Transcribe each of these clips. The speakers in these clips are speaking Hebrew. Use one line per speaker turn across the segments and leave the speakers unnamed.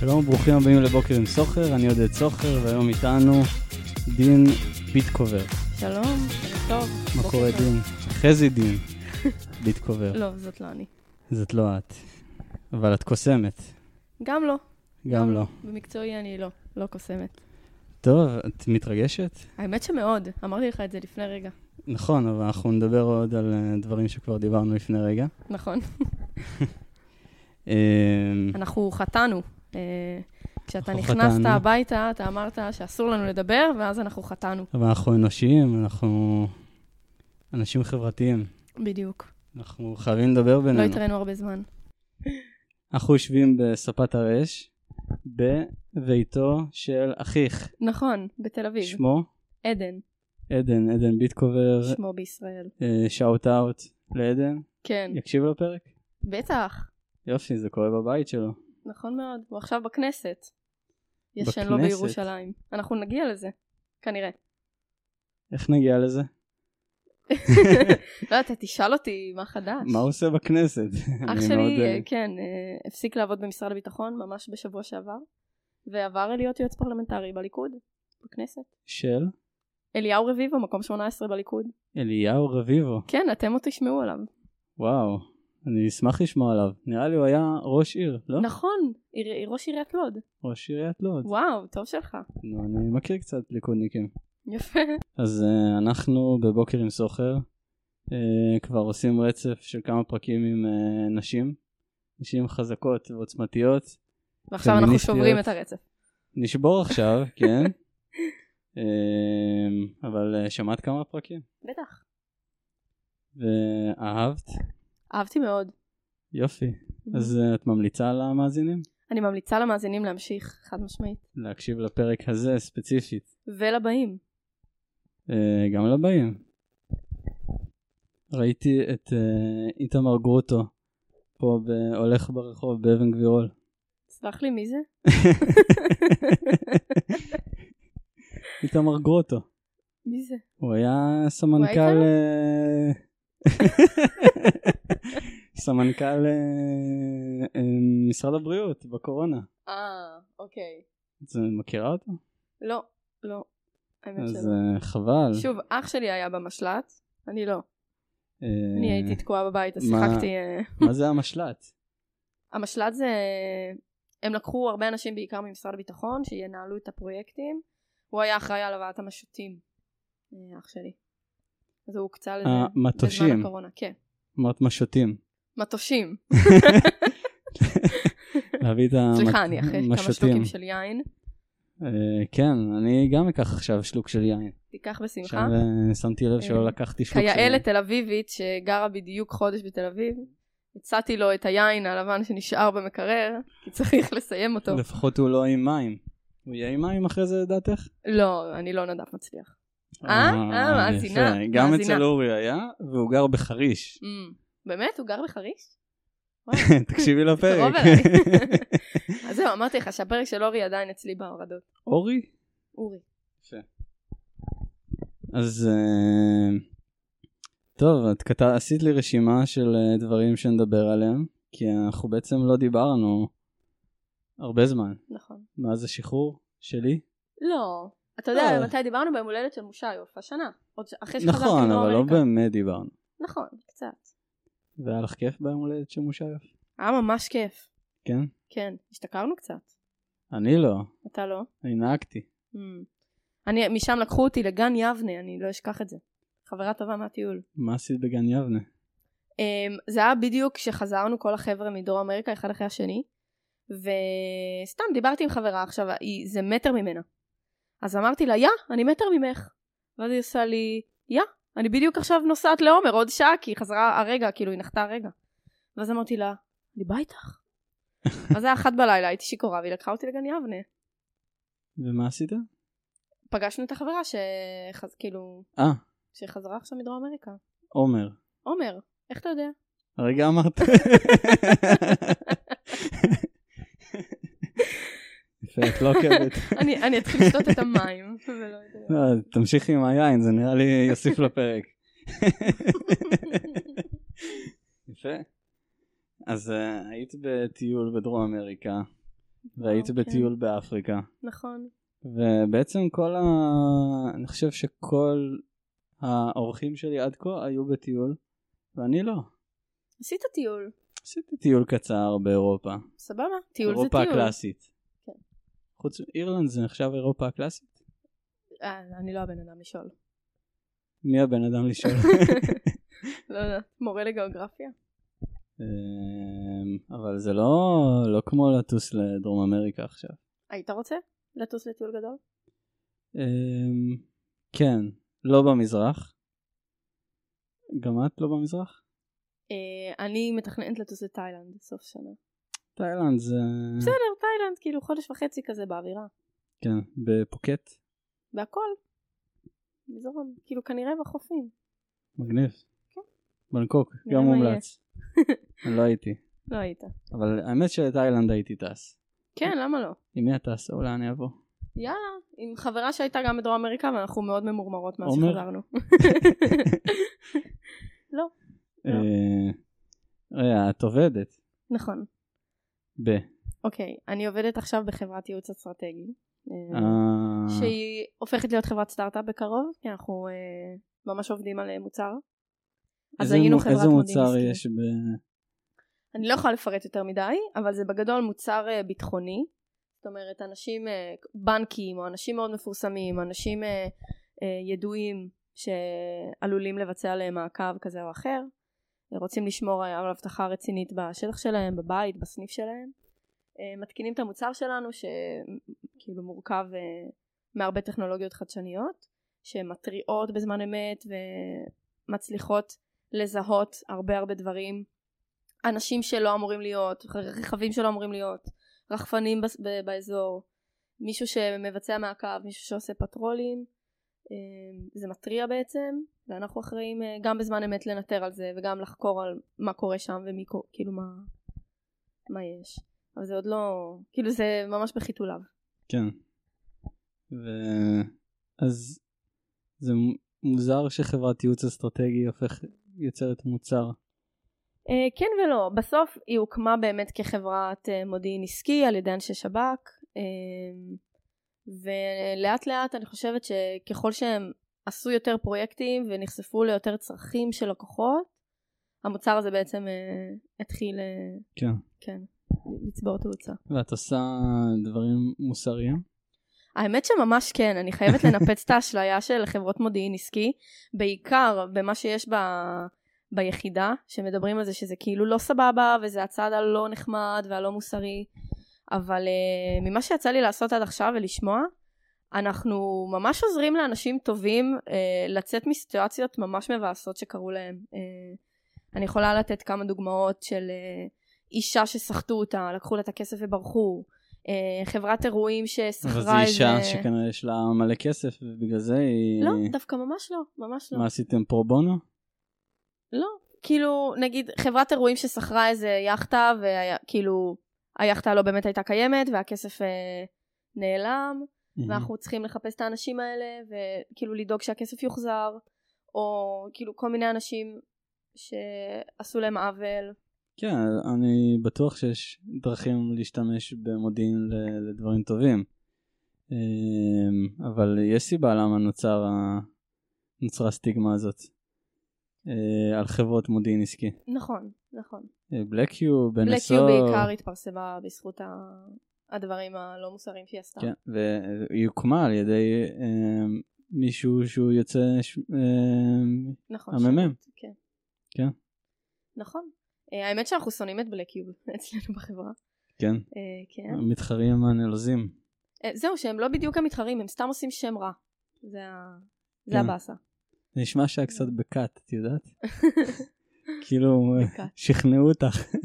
שלום, ברוכים הבאים לבוקר עם סוחר, אני עודד סוחר, והיום איתנו דין ביטקובר.
שלום, ערב טוב.
מה
בוקר
קורה,
טוב.
דין? חזי דין ביטקובר.
לא, זאת לא אני.
זאת לא את, אבל את קוסמת,
גם לא.
גם לא.
במקצועי אני לא, לא קוסמת.
טוב, את מתרגשת?
האמת שמאוד, אמרתי לך את זה לפני רגע,
נכון, אבל אנחנו נדבר עוד על אה, דברים שכבר דיברנו לפני רגע.
נכון?
אה,
אנחנו חטאנו. אה, כשאתה
אנחנו
נכנסת
חטאנו.
הביתה, אתה אמרת שאסור לנו לדבר, ואז אנחנו חטאנו.
אבל אנחנו אנושיים, אנחנו אנשים חברתיים.
בדיוק.
כן, אנחנו חייבים לדבר
לא
בינינו.
התראינו הרבה זמן.
אנחנו יושבים בספת הרש, בביתו של אחיך.
נכון, בתל אביב.
שמו?
עדן,
עדן, עדן ביטקובר,
שמו בישראל.
שאוט אאוט לעדן.
כן,
יקשיב לפרק?
בטח.
יופי, זה קורה בבית שלו.
נכון מאוד. הוא עכשיו בכנסת. ישן לו
בכנסת?
בירושלים. אנחנו נגיע לזה, כנראה.
איך נגיע לזה?
לא, אתה תשאל אותי מה חדש.
מה הוא עושה בכנסת?
אח
אני מאוד,
שלי,
אה,
אה, כן, אה, הפסיק לעבוד במשרד הביטחון ממש בשבוע שעבר, ועבר להיות יועץ פרלמנטרי בליכוד, בכנסת.
של
אליהו רביבו, מקום 18 בליכוד.
אליהו רביבו.
כן, אתם עוד תשמעו עליו.
וואו, אני אשמח לשמוע עליו. נראה לי הוא היה ראש עיר, לא?
נכון, עיר- ראש עיריית לוד.
ראש עיריית לוד.
וואו, טוב שלך.
נו, אני מכיר קצת ליכודניקים.
יפה.
אז אה, אנחנו בבוקר עם סוחר, אה, כבר עושים רצף של כמה פרקים עם אה, נשים, נשים חזקות ועוצמתיות.
ועכשיו אנחנו
פמיניסטיות.
שוברים את הרצף.
נשבור עכשיו, כן? אה, אבל אה, שמעת כמה פרקים?
בטח.
ואהבת?
אהבתי מאוד.
יופי. אז אה, את ממליצה למאזינים?
אני ממליצה למאזינים להמשיך, חד משמעית.
להקשיב לפרק הזה ספציפית,
ולבאים.
אה, גם לבאים. ראיתי את אה, איתמר גרוטו פה ב- הולך ברחוב באבן גבירול.
סלח לי, מי זה?
איתמר גרוטו.
מי זה?
הוא היה
הוא
סמנכ"ל...
היה
אה, סמנכ"ל אה, אה, משרד הבריאות בקורונה.
אה, אוקיי.
את מכירה אותו?
לא, לא. האמת
אז
שלא.
אה, חבל.
שוב, אח שלי היה במשל"ט, אני לא.
אה,
אני הייתי תקועה בבית, אז
מה-
שיחקתי... אה,
מה זה המשל"ט?
המשל"ט זה... הם לקחו הרבה אנשים, בעיקר ממשרד הביטחון, שינהלו את הפרויקטים. הוא היה אחראי על הבאת המשוטים, אה, אח שלי. אז הוא הוקצה לזה
אה, המטושים.
בזמן הקורונה. כן.
אמרת משוטים.
מטושים.
אה, להביא את המ-
סליחה, אני אחרי כמה
משוטים.
שלוקים של יין.
אה, כן, אני גם אקח עכשיו שלוק של יין.
תיקח בשמחה.
עכשיו אה, שמתי לב שלא
אה,
לקחתי שלוק של יין.
כיאה לתל אביבית שגרה בדיוק חודש בתל אביב, הצעתי לו את היין הלבן שנשאר במקרר, כי צריך לסיים אותו.
לפחות הוא לא עם מים. הוא יהיה עם מים אחרי זה לדעתך?
לא, אני לא נדף מצליח. אה, מאזינה,
יפה. גם
מאזינה.
אצל אורי היה, והוא גר בחריש.
Mm. באמת? הוא גר בחריש?
תקשיבי לפרק.
קרוב אליי. אז זהו, אמרתי לך שהפרק של אורי עדיין אצלי בהורדות.
אורי?
אורי.
אז אה, טוב, את כת... עשית לי רשימה של אה, דברים שנדבר עליהם, כי אנחנו בעצם לא דיברנו הרבה זמן,
נכון.
מאז השחרור שלי.
לא. אתה יודע
אה.
מתי דיברנו? ביום הולדת של מושיוף, השנה. עוד ש- אחרי שחזרתי
נכון, אבל לא
מאמריקה.
באמת דיברנו.
נכון, קצת.
והיה לך כיף ביום הולדת של מושייף?
היה ממש כיף.
כן?
כן, השתכרנו קצת.
אני לא,
אתה לא?
אני נהגתי.
Mm. אני, משם לקחו אותי לגן יבנה, אני לא אשכח את זה. חברה טובה מהטיול.
מה עשית בגן יבנה?
Um, זה היה בדיוק כשחזרנו כל החבר'ה מדרום אמריקה, אחד אחרי השני, וסתם דיברתי עם חברה עכשיו, היא, זה מטר ממנה. אז אמרתי לה, יא, אני מטר ממך. ואז היא עושה לי, יא, אני בדיוק עכשיו נוסעת לעומר עוד שעה, כי היא חזרה הרגע, כאילו היא נחתה הרגע. ואז אמרתי לה, אני בא איתך. אז היה אחת בלילה, הייתי שיכורה, והיא לקחה אותי לגן יבנה.
ומה עשית?
פגשנו את החברה שחז... כאילו,
אה,
שחזרה עכשיו מדרום אמריקה.
עומר.
עומר, איך אתה יודע?
הרגע אמרת. יפה, את לא עוקבת.
אני, אני אתחיל לשתות את המים. ולא את ה-
לא, תמשיכי עם היין, זה נראה לי יוסיף לפרק. יפה. אז אה, היית בטיול בדרום אמריקה, והיית
אוקיי.
בטיול באפריקה.
נכון.
ובעצם כל ה... אני חושב שכל האורחים שלי עד כה היו בטיול, ואני לא.
עשית טיול,
עשיתי טיול קצר באירופה.
סבבה. טיול זה
אירופה
טיול.
הקלאסית.
כן.
חוץ מאירלנד זה נחשב אירופה הקלאסית?
אה, אני לא הבן אדם לשאול.
מי הבן אדם לשאול?
לא יודעת, מורה לגיאוגרפיה?
אמ, אבל זה לא, לא כמו לטוס לדרום אמריקה עכשיו.
היית רוצה לטוס לטיול גדול?
אמ, כן, לא במזרח. גם את לא במזרח?
אה, אני מתכננת לטוס לתאילנד סוף שנה.
Mm. תאילנד זה...
בסדר, תאילנד, כאילו חודש וחצי כזה באווירה.
כן, בפוקט.
והכל. מזרום. כאילו כנראה בחופים.
מגניב.
כן.
בנקוק,
נראה
גם
מה
מומלץ. אני לא הייתי.
לא היית.
אבל האמת שלתאילנד הייתי טס.
כן, למה לא?
עם מי את טס? או לאן יבוא?
יאללה, עם חברה שהייתה גם בדרום אמריקה, ואנחנו מאוד ממורמרות מאז
עומר?
שחזרנו. לא.
אה, רגע, את עובדת.
נכון.
ב...
אוקיי, אני עובדת עכשיו בחברת ייעוץ אסטרטגי. אה,
אה,
שהיא הופכת להיות חברת סטארט-אפ בקרוב, כי אנחנו אה, ממש עובדים על אה, מוצר. אז
איזה
היינו
מו-
חברת
איזה
מודיעין
מוצר
עסקי.
יש ב...
אני לא יכולה לפרט יותר מדי, אבל זה בגדול מוצר אה, ביטחוני. זאת אומרת, אנשים, אה, בנקים, או אנשים מאוד מפורסמים, אנשים אה, אה, ידועים שעלולים לבצע עליהם מעקב כזה או אחר, אה, רוצים לשמור אה, על אבטחה רצינית בשטח שלהם, בבית, בסניף שלהם. אה, מתקינים את המוצר שלנו, שכאילו מורכב אה, מהרבה טכנולוגיות חדשניות, שמתריעות בזמן אמת ומצליחות לזהות הרבה הרבה דברים. אנשים שלא אמורים להיות, רכבים שלא אמורים להיות, רחפנים בס- ב- באזור, מישהו שמבצע מעקב, מישהו שעושה פטרולים, אה, זה מתריע בעצם, ואנחנו אחראים אה, גם בזמן אמת לנטר על זה, וגם לחקור על מה קורה שם ומי קורה, כאילו מה, מה יש. אבל זה עוד לא, כאילו זה ממש בחיתוליו.
כן. ו... אז זה מ- מוזר שחברת ייעוץ אסטרטגי הופך... יוצרת מוצר.
אה, כן ולא, בסוף היא הוקמה באמת כחברת אה, מודיעין עסקי על ידי אנשי שב"כ אה, ולאט לאט אני חושבת שככל שהם עשו יותר פרויקטים ונחשפו ליותר צרכים של לקוחות המוצר הזה בעצם אה, התחיל אה,
כן.
כן, לצבור תאוצה.
ואת עושה דברים מוסריים?
האמת שממש כן, אני חייבת לנפץ את האשליה של חברות מודיעין עסקי, בעיקר במה שיש ב... ביחידה, שמדברים על זה שזה כאילו לא סבבה, וזה הצד הלא נחמד והלא מוסרי, אבל uh, ממה שיצא לי לעשות עד עכשיו ולשמוע, אנחנו ממש עוזרים לאנשים טובים uh, לצאת מסיטואציות ממש מבאסות שקרו להם. Uh, אני יכולה לתת כמה דוגמאות של uh, אישה שסחטו אותה, לקחו לה את הכסף וברחו. אה, חברת אירועים ששכרה
אבל
איזה...
זו אישה שכנראה יש לה מלא כסף ובגלל זה היא...
לא, דווקא ממש לא, ממש לא.
מה עשיתם פרו בונו?
לא. כאילו, נגיד, חברת אירועים ששכרה איזה יאכטה, וכאילו, היאכטה לא באמת הייתה קיימת, והכסף אה, נעלם,
Mhm.
ואנחנו צריכים לחפש את האנשים האלה, וכאילו לדאוג שהכסף יוחזר, או כאילו כל מיני אנשים שעשו להם עוול.
כן, אני בטוח שיש דרכים להשתמש במודיעין ל- לדברים טובים. אמ, אבל יש סיבה למה נוצר ה- נוצרה הסטיגמה הזאת אה, על חברות מודיעין עסקי. אה,
נכון, נכון.
בלקיו, בנסו...
בלק יו בעיקר התפרסמה בזכות ה- הדברים הלא מוסריים שהיא עשתה.
כן, והיא הוקמה על ידי אמ, מישהו שהוא יוצא... ש- אמ,
נכון.
הממ"מ.
שירות, כן.
כן.
נכון. אה, האמת שאנחנו שונאים את בלקיוב אצלנו בחברה.
כן,
אה, כן.
המתחרים הנלוזים.
אה, זהו, שהם לא בדיוק המתחרים, הם סתם עושים שם רע. זה ה- זה
כן.
הבאסה.
זה נשמע שהיה קצת בקאט, את יודעת? כאילו, אה,
בקאט.
שכנעו אותך.
כן.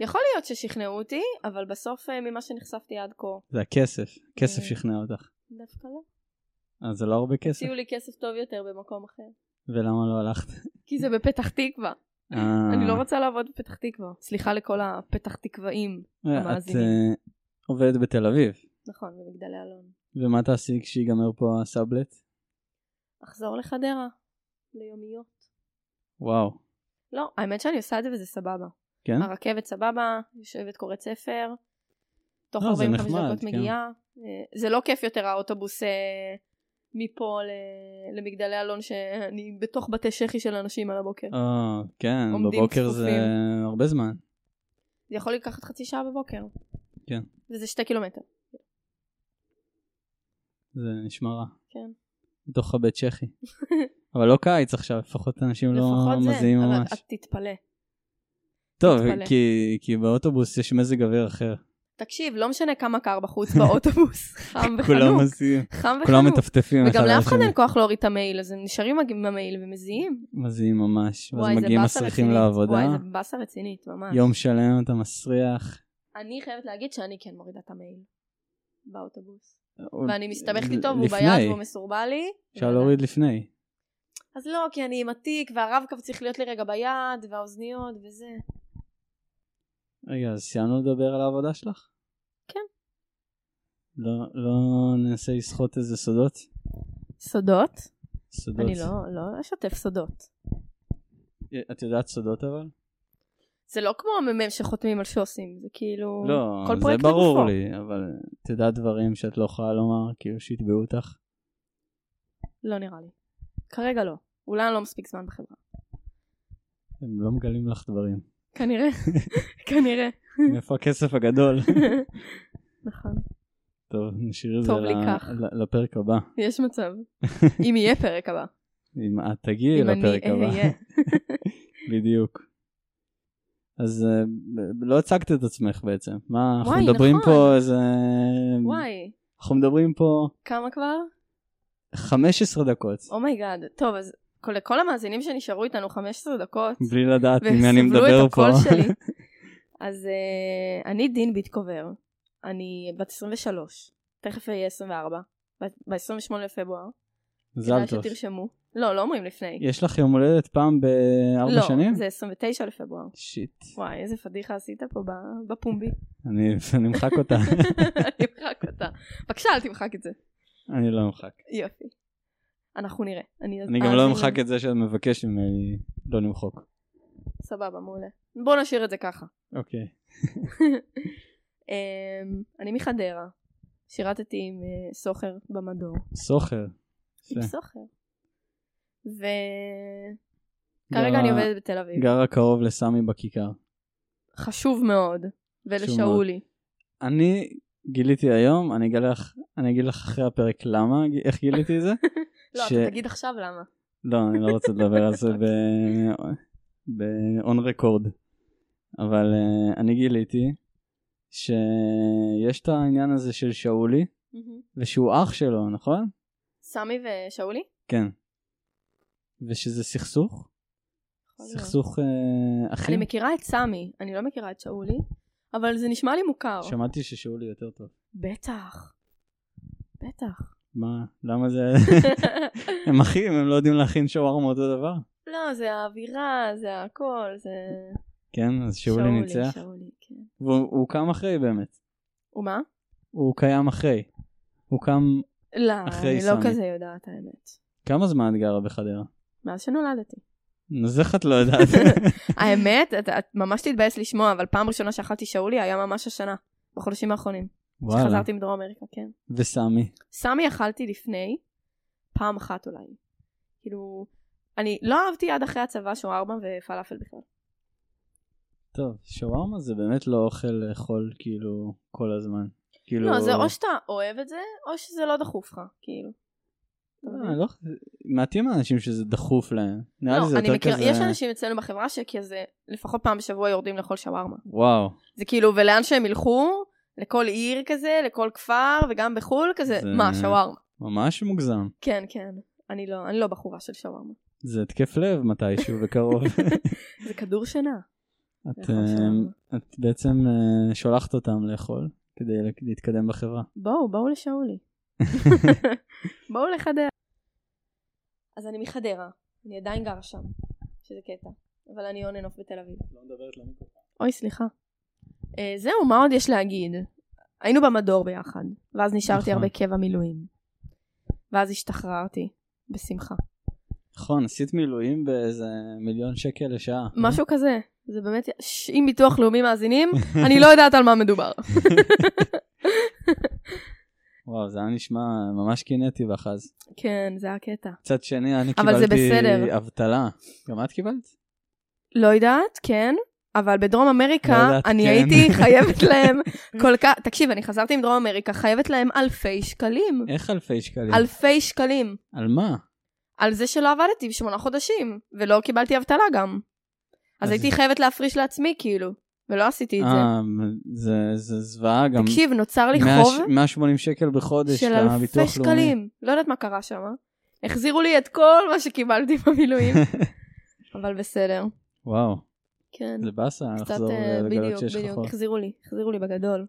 יכול להיות ששכנעו אותי, אבל בסוף אה, ממה שנחשפתי עד כה,
זה הכסף, כסף
אה.
שכנע אותך.
דווקא לא.
אז זה לא הרבה כסף,
הציעו לי כסף טוב יותר במקום אחר.
ולמה לא הלכת?
כי זה בפתח תקווה.
אה,
אני לא רוצה לעבוד בפתח תקווה. סליחה לכל הפתח תקוואים.
אה, את
המאזינים.
אה, עובדת בתל אביב,
נכון, במגדלי אלון.
ומה תעשי כשיגמר פה הסאבלט?
אחזור לחדרה. ליומיות.
וואו,
לא, האמת שאני עושה את זה וזה סבבה.
כן?
הרכבת סבבה, יושבת קוראת ספר, תוך
לא, זה
45
נחמד,
דקות
כן.
מגיעה. אה, זה לא כיף יותר האוטובוס אה, מפה ל- למגדלי אלון שאני בתוך בתי שחי של אנשים על הבוקר.
אה, כן,
עומדים
בבוקר זה
צפופים.
הרבה זמן.
זה יכול לקחת חצי שעה בבוקר.
כן.
וזה שתי קילומטר.
זה נשמע רע.
כן.
בתוך הבית צ'כי. אבל לא קיץ עכשיו, לפחות אנשים לא
לפחות זה,
מזיעים
אבל
ממש.
את תתפלא.
טוב,
מתפלא.
כי- כי באוטובוס יש מזג אוויר אחר.
תקשיב, לא משנה כמה קר בחוץ באוטובוס, חם
כולם
וחנוק.
מזיעים,
חם
כולם
וחנוק.
מטפטפים אחד
וגם
על
לאף אחד
השני.
אין כוח להוריד את המייל, אז הם נשארים עם המייל ומזיעים.
מזיעים ממש. ואז
וואי, זה
מגיעים
באסה
מסריחים
רצינית.
לעבודה,
וואי, זה באסה רצינית, ממש.
יום שלם אתה מסריח.
אני חייבת להגיד שאני כן מורידה את המייל באוטובוס.
עוד-
ואני מסתבכת איתו, והוא
לפני.
ביד והוא לא מסורבל לי.
אפשר להוריד לפני.
אז לא, כי אני עם התיק, והרב-קו צריך להיות לי רגע ביד, והאוזניות, וזה.
רגע, אז סיימנו לדבר על העבודה שלך?
כן.
לא לא ננסה לסחוט איזה סודות?
סודות?
סודות.
אני לא, לא אשתף סודות.
את יודעת סודות אבל?
זה לא כמו המ"מ שחותמים על שוסים, זה כאילו...
לא,
כל
זה
פרויקט
ברור
לגופו.
לי, אבל את יודעת דברים שאת לא יכולה לומר, כאילו שיתבעו אותך?
לא נראה לי. כרגע לא. אולי אני לא מספיק זמן בחברה.
הם לא מגלים לך דברים.
כנראה. כנראה.
מאיפה הכסף הגדול?
נכון.
טוב, נשאיר את זה
טוב לי
ל-
כך.
ל- לפרק הבא.
יש מצב. אם יהיה פרק הבא.
אם את תגיעי
אם אני
לפרק הבא.
אהיה.
בדיוק. אז אה, ב- לא הצגת את עצמך בעצם. מה, אנחנו
וואי,
מדברים
נכון.
פה איזה...
וואי,
אנחנו מדברים פה
כמה כבר?
15 דקות,
אומייגאד. Oh טוב, אז כל- לכל המאזינים שנשארו איתנו 15 דקות,
בלי לדעת עם מי אני
וסבלו את
מדבר פה.
הקול שלי. אז אה, אני דין ביטקובר, אני בת 23, תכף אהיה 24, ב-28 לפברואר.
מזל
כדאי
טוב.
שתרשמו. לא, לא אומרים לפני.
יש לך יום הולדת פעם בארבע שנים?
לא, זה 29 לפברואר.
שיט.
וואי, איזה פדיחה עשית פה ב- בפומבי.
אני אני אמחק אותה.
אני אמחק אותה. בבקשה, אל תמחק את זה.
אני לא אמחק.
יופי. אנחנו נראה.
אני גם לא אמחק את זה שאת מבקשת ממני לא למחוק.
סבבה, מעולה. בוא נשאיר את זה ככה.
אוקיי.
אמ, אני מחדרה, שירתתי עם אה, סוחר במדור.
סוחר. זה.
עם סוחר. וכרגע אני
גרה-
עובדת בתל אביב.
גרה קרוב לסמי בכיכר.
חשוב מאוד. ולשאולי.
אני גיליתי היום, אני אגלה לך, אני אגיד לך אחרי הפרק למה, איך גיליתי את זה.
לא,
ש-
אתה תגיד עכשיו למה.
לא, אני לא רוצה לדבר על זה ב-on record. אבל אה, אני גיליתי שיש את העניין הזה של שאולי,
מהמם.
ושהוא אח שלו, נכון?
סמי ושאולי?
כן. ושזה סכסוך?
יכול להיות.
סכסוך אה, אחים?
אני מכירה את סמי, אני לא מכירה את שאולי, אבל זה נשמע לי מוכר.
שמעתי ששאולי יותר טוב.
בטח. בטח.
מה? למה זה... הם אחים, הם לא יודעים להכין שווארמה אותו דבר?
לא, זה האווירה, זה הכל, זה...
כן, אז שאולי ניצח.
שאולי, כן.
והוא הוא קם אחרי באמת.
ומה?
הוא קיים אחרי. הוא קם...
לא,
אחרי
אני
סמי.
לא כזה יודעת האמת.
כמה זמן את גרה בחדרה?
מאז שנולדתי.
אז איך את לא יודעת?
האמת, את, את ממש תתבאס לשמוע, אבל פעם ראשונה שאכלתי שאולי היה ממש השנה, בחודשים האחרונים.
וואלה.
כשחזרתי מדרום אמריקה, כן.
וסמי.
סמי אכלתי לפני, פעם אחת אולי. כאילו, אני לא אהבתי עד אחרי הצבא שווארמה ופלאפל בכלל.
טוב, שווארמה זה באמת לא אוכל לאכול כאילו כל הזמן. כאילו...
לא, זה או שאתה אוהב את זה, או שזה לא דחוף לך, כאילו. אתה מבין?
אה, לא, מעטים האנשים שזה דחוף להם. נראה לי זה
לא, אני
יותר
מכירה,
כזה...
יש אנשים אצלנו בחברה שכזה, לפחות פעם בשבוע יורדים לאכול שווארמה.
וואו.
זה כאילו, ולאן שהם ילכו, לכל עיר כזה, לכל כפר, וגם בחו"ל כזה,
זה-
מה, שווארמה.
ממש מוגזם.
כן, כן. אני לא, אני לא בחורה של שווארמה.
זה התקף לב מתישהו בקרוב.
זה כדור שינה.
את,
לאכול שווארמה.
אה, את בעצם אה, שולחת אותם לאכול כדי לה- להתקדם בחברה.
בואו, בואו לשאולי. בואו לחדרה. אז אני מחדרה, אני עדיין גרה שם, שזה קטע. אבל אני און אנוף בתל אביב.
לא
אוי, סליחה. אה, זהו, מה עוד יש להגיד? היינו במדור ביחד, ואז נשארתי
נכון.
הרבה קבע מילואים. ואז השתחררתי, בשמחה.
נכון, עשית מילואים באיזה מיליון שקל לשעה.
משהו כזה, זה באמת, ש- אם ביטוח לאומי מאזינים, אני לא יודעת על מה מדובר.
וואו, זה היה נשמע ממש קינאתי בך אז.
כן, זה הקטע.
מצד שני, אני
אבל זה
קיבלתי
בסדר.
אבטלה. גם את קיבלת?
לא יודעת, כן, אבל בדרום אמריקה,
לא יודעת,
אני
כן.
הייתי חייבת להם כל כך, תקשיב, אני חזרתי מדרום אמריקה, חייבת להם אלפי שקלים.
איך אלפי שקלים?
אלפי שקלים.
על מה?
על זה שלא עבדתי שמונה חודשים, ולא קיבלתי אבטלה גם. אז
אז-
הייתי חייבת להפריש לעצמי, כאילו, ולא עשיתי את זה.
אה, זה- זה זוועה גם.
תקשיב, נוצר לי
מאה
חוב
ש- 180 שקל בחודש
של
לביטוח
אלפי
לאומי.
שקלים. לא יודעת מה קרה שם. החזירו לי את כל מה שקיבלתי במילואים, אבל בסדר.
וואו,
כן.
זה באסה
קצת,
לחזור
אה,
לגלות
בדיוק,
שיש לך
בדיוק,
חור.
החזירו לי, החזירו לי בגדול.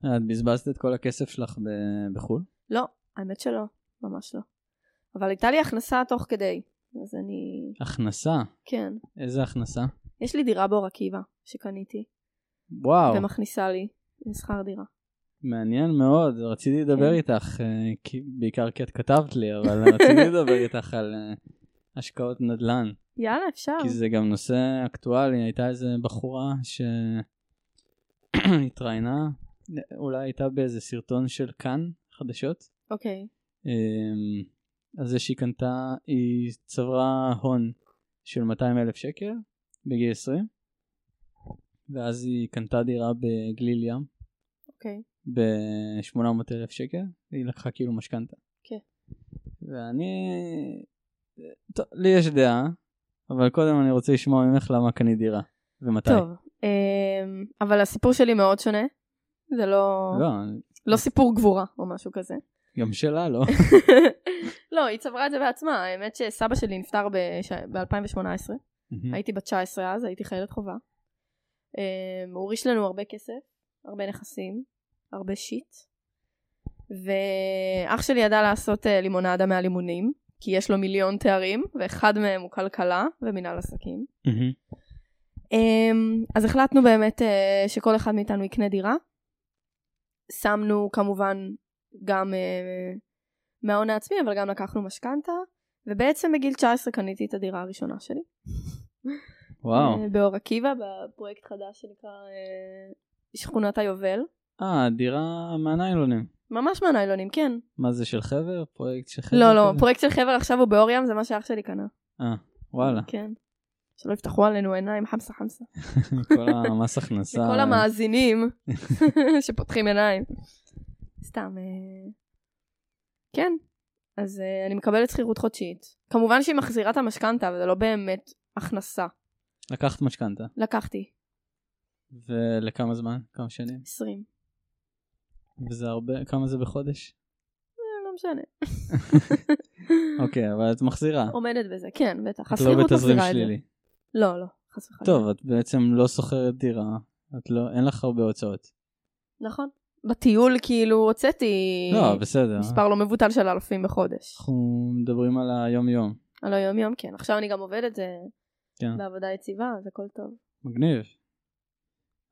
את בזבזת את כל הכסף שלך ב- בחו"ל?
לא, האמת שלא, ממש לא. אבל הייתה לי הכנסה תוך כדי, אז אני...
הכנסה?
כן.
איזה הכנסה?
יש לי דירה באור עקיבא שקניתי,
וואו,
ומכניסה לי שכר דירה.
מעניין מאוד. רציתי לדבר
כן.
איתך, אה, כי- בעיקר כי את כתבת לי, אבל רציתי לדבר איתך על אה, השקעות נדל"ן.
יאללה, אפשר.
כי זה גם נושא אקטואלי, הייתה איזה בחורה שהתראיינה, אולי הייתה באיזה סרטון של כאן, חדשות.
אוקיי.
אמ, על זה שהיא קנתה, היא צברה הון של 200 אלף שקל בגיל 20, ואז היא קנתה דירה בגליל ים
אוקיי.
ב-800 אלף שקל, והיא לקחה כאילו משכנתה.
כן.
ואני... טוב, לי יש דעה, אבל קודם אני רוצה לשמוע ממך למה קנית דירה, ומתי.
טוב, אמ, אבל הסיפור שלי מאוד שונה. זה לא...
לא,
לא סיפור גבורה או משהו כזה.
גם שלה לא.
לא, היא צברה את זה בעצמה. האמת שסבא שלי נפטר ב-2018.
Mm-hmm.
הייתי בת 19 אז, הייתי חיילת חובה. אמ, הוא הוריש לנו הרבה כסף, הרבה נכסים, הרבה שיט. ואח שלי ידע לעשות אה, לימונדה מהלימונים, כי יש לו מיליון תארים, ואחד מהם הוא כלכלה ומינהל עסקים.
מהמם.
אמ, אז החלטנו באמת אה, שכל אחד מאיתנו יקנה דירה. שמנו כמובן גם אה, מההון העצמי, אבל גם לקחנו משכנתה, ובעצם בגיל 19 קניתי את הדירה הראשונה שלי.
וואו.
אה, באור עקיבא, בפרויקט חדש שנקרא אה, שכונת היובל.
אה, דירה מהניילונים.
ממש מהניילונים, כן.
מה זה של חבר? פרויקט של חבר?
לא, לא,
כזה?
הפרויקט של חבר עכשיו הוא באור ים, זה מה שאח שלי קנה.
אה, וואלה.
כן. שלא יפתחו עלינו עיניים, חמסה חמסה.
כל המס הכנסה.
לכל המאזינים שפותחים עיניים. סתם. אה, כן. אז אה, אני מקבלת שכירות חודשית. כמובן שהיא מחזירה את המשכנתה, אבל זה לא באמת הכנסה.
לקחת משכנתה.
לקחתי
ולכמה זמן? כמה שנים?
20.
וזה הרבה? כמה זה בחודש?
אה, לא משנה.
אוקיי, אבל את מחזירה.
עומדת בזה, כן, בטח.
את לא
השכירות
בתזרים
מחזירה את זה.
שלילי.
לא, לא, חס וחלילה.
טוב, את בעצם לא שוכרת דירה, את לא, אין לך הרבה הוצאות.
נכון. בטיול כאילו הוצאתי
לא, בסדר.
מספר לא מבוטל של אלפים בחודש.
אנחנו מדברים על היום-יום.
על היום יום כן. עכשיו אני גם עובדת זה
כן.
בעבודה יציבה, אז הכל טוב.
מגניב.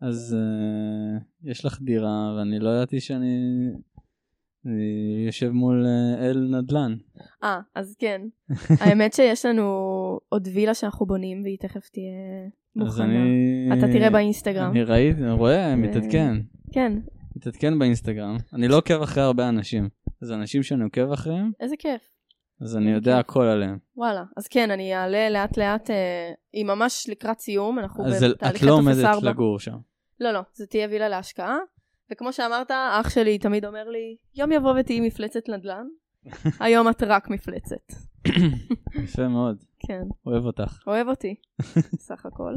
אז uh, יש לך דירה, ואני לא ידעתי שאני אני יושב מול אה, אל נדל"ן.
אה, אז כן. האמת שיש לנו עוד וילה שאנחנו בונים והיא תכף תהיה
אז
מוכנה.
אני...
אתה תראה באינסטגרם.
אני ראיתי, אני רואה,
ו-
מתעדכן.
כן,
מתעדכן באינסטגרם. אני לא עוקב אחרי הרבה אנשים. אז אנשים שאני עוקב אחריהם,
איזה כיף.
אז אני יודע הכל עליהם.
וואלה. אז כן, אני אעלה לאט לאט, אה, היא ממש לקראת סיום, אנחנו
אז אל- את
בתהליכי
לא
טופס
עומדת
ארבע.
לגור שם.
לא, לא, זה תהיה וילה להשקעה. וכמו שאמרת, אח שלי תמיד אומר לי, יום יבוא ותהיי מפלצת נדל"ן, היום את רק מפלצת.
יפה מאוד.
כן,
אוהב אותך.
אוהב אותי, סך הכל.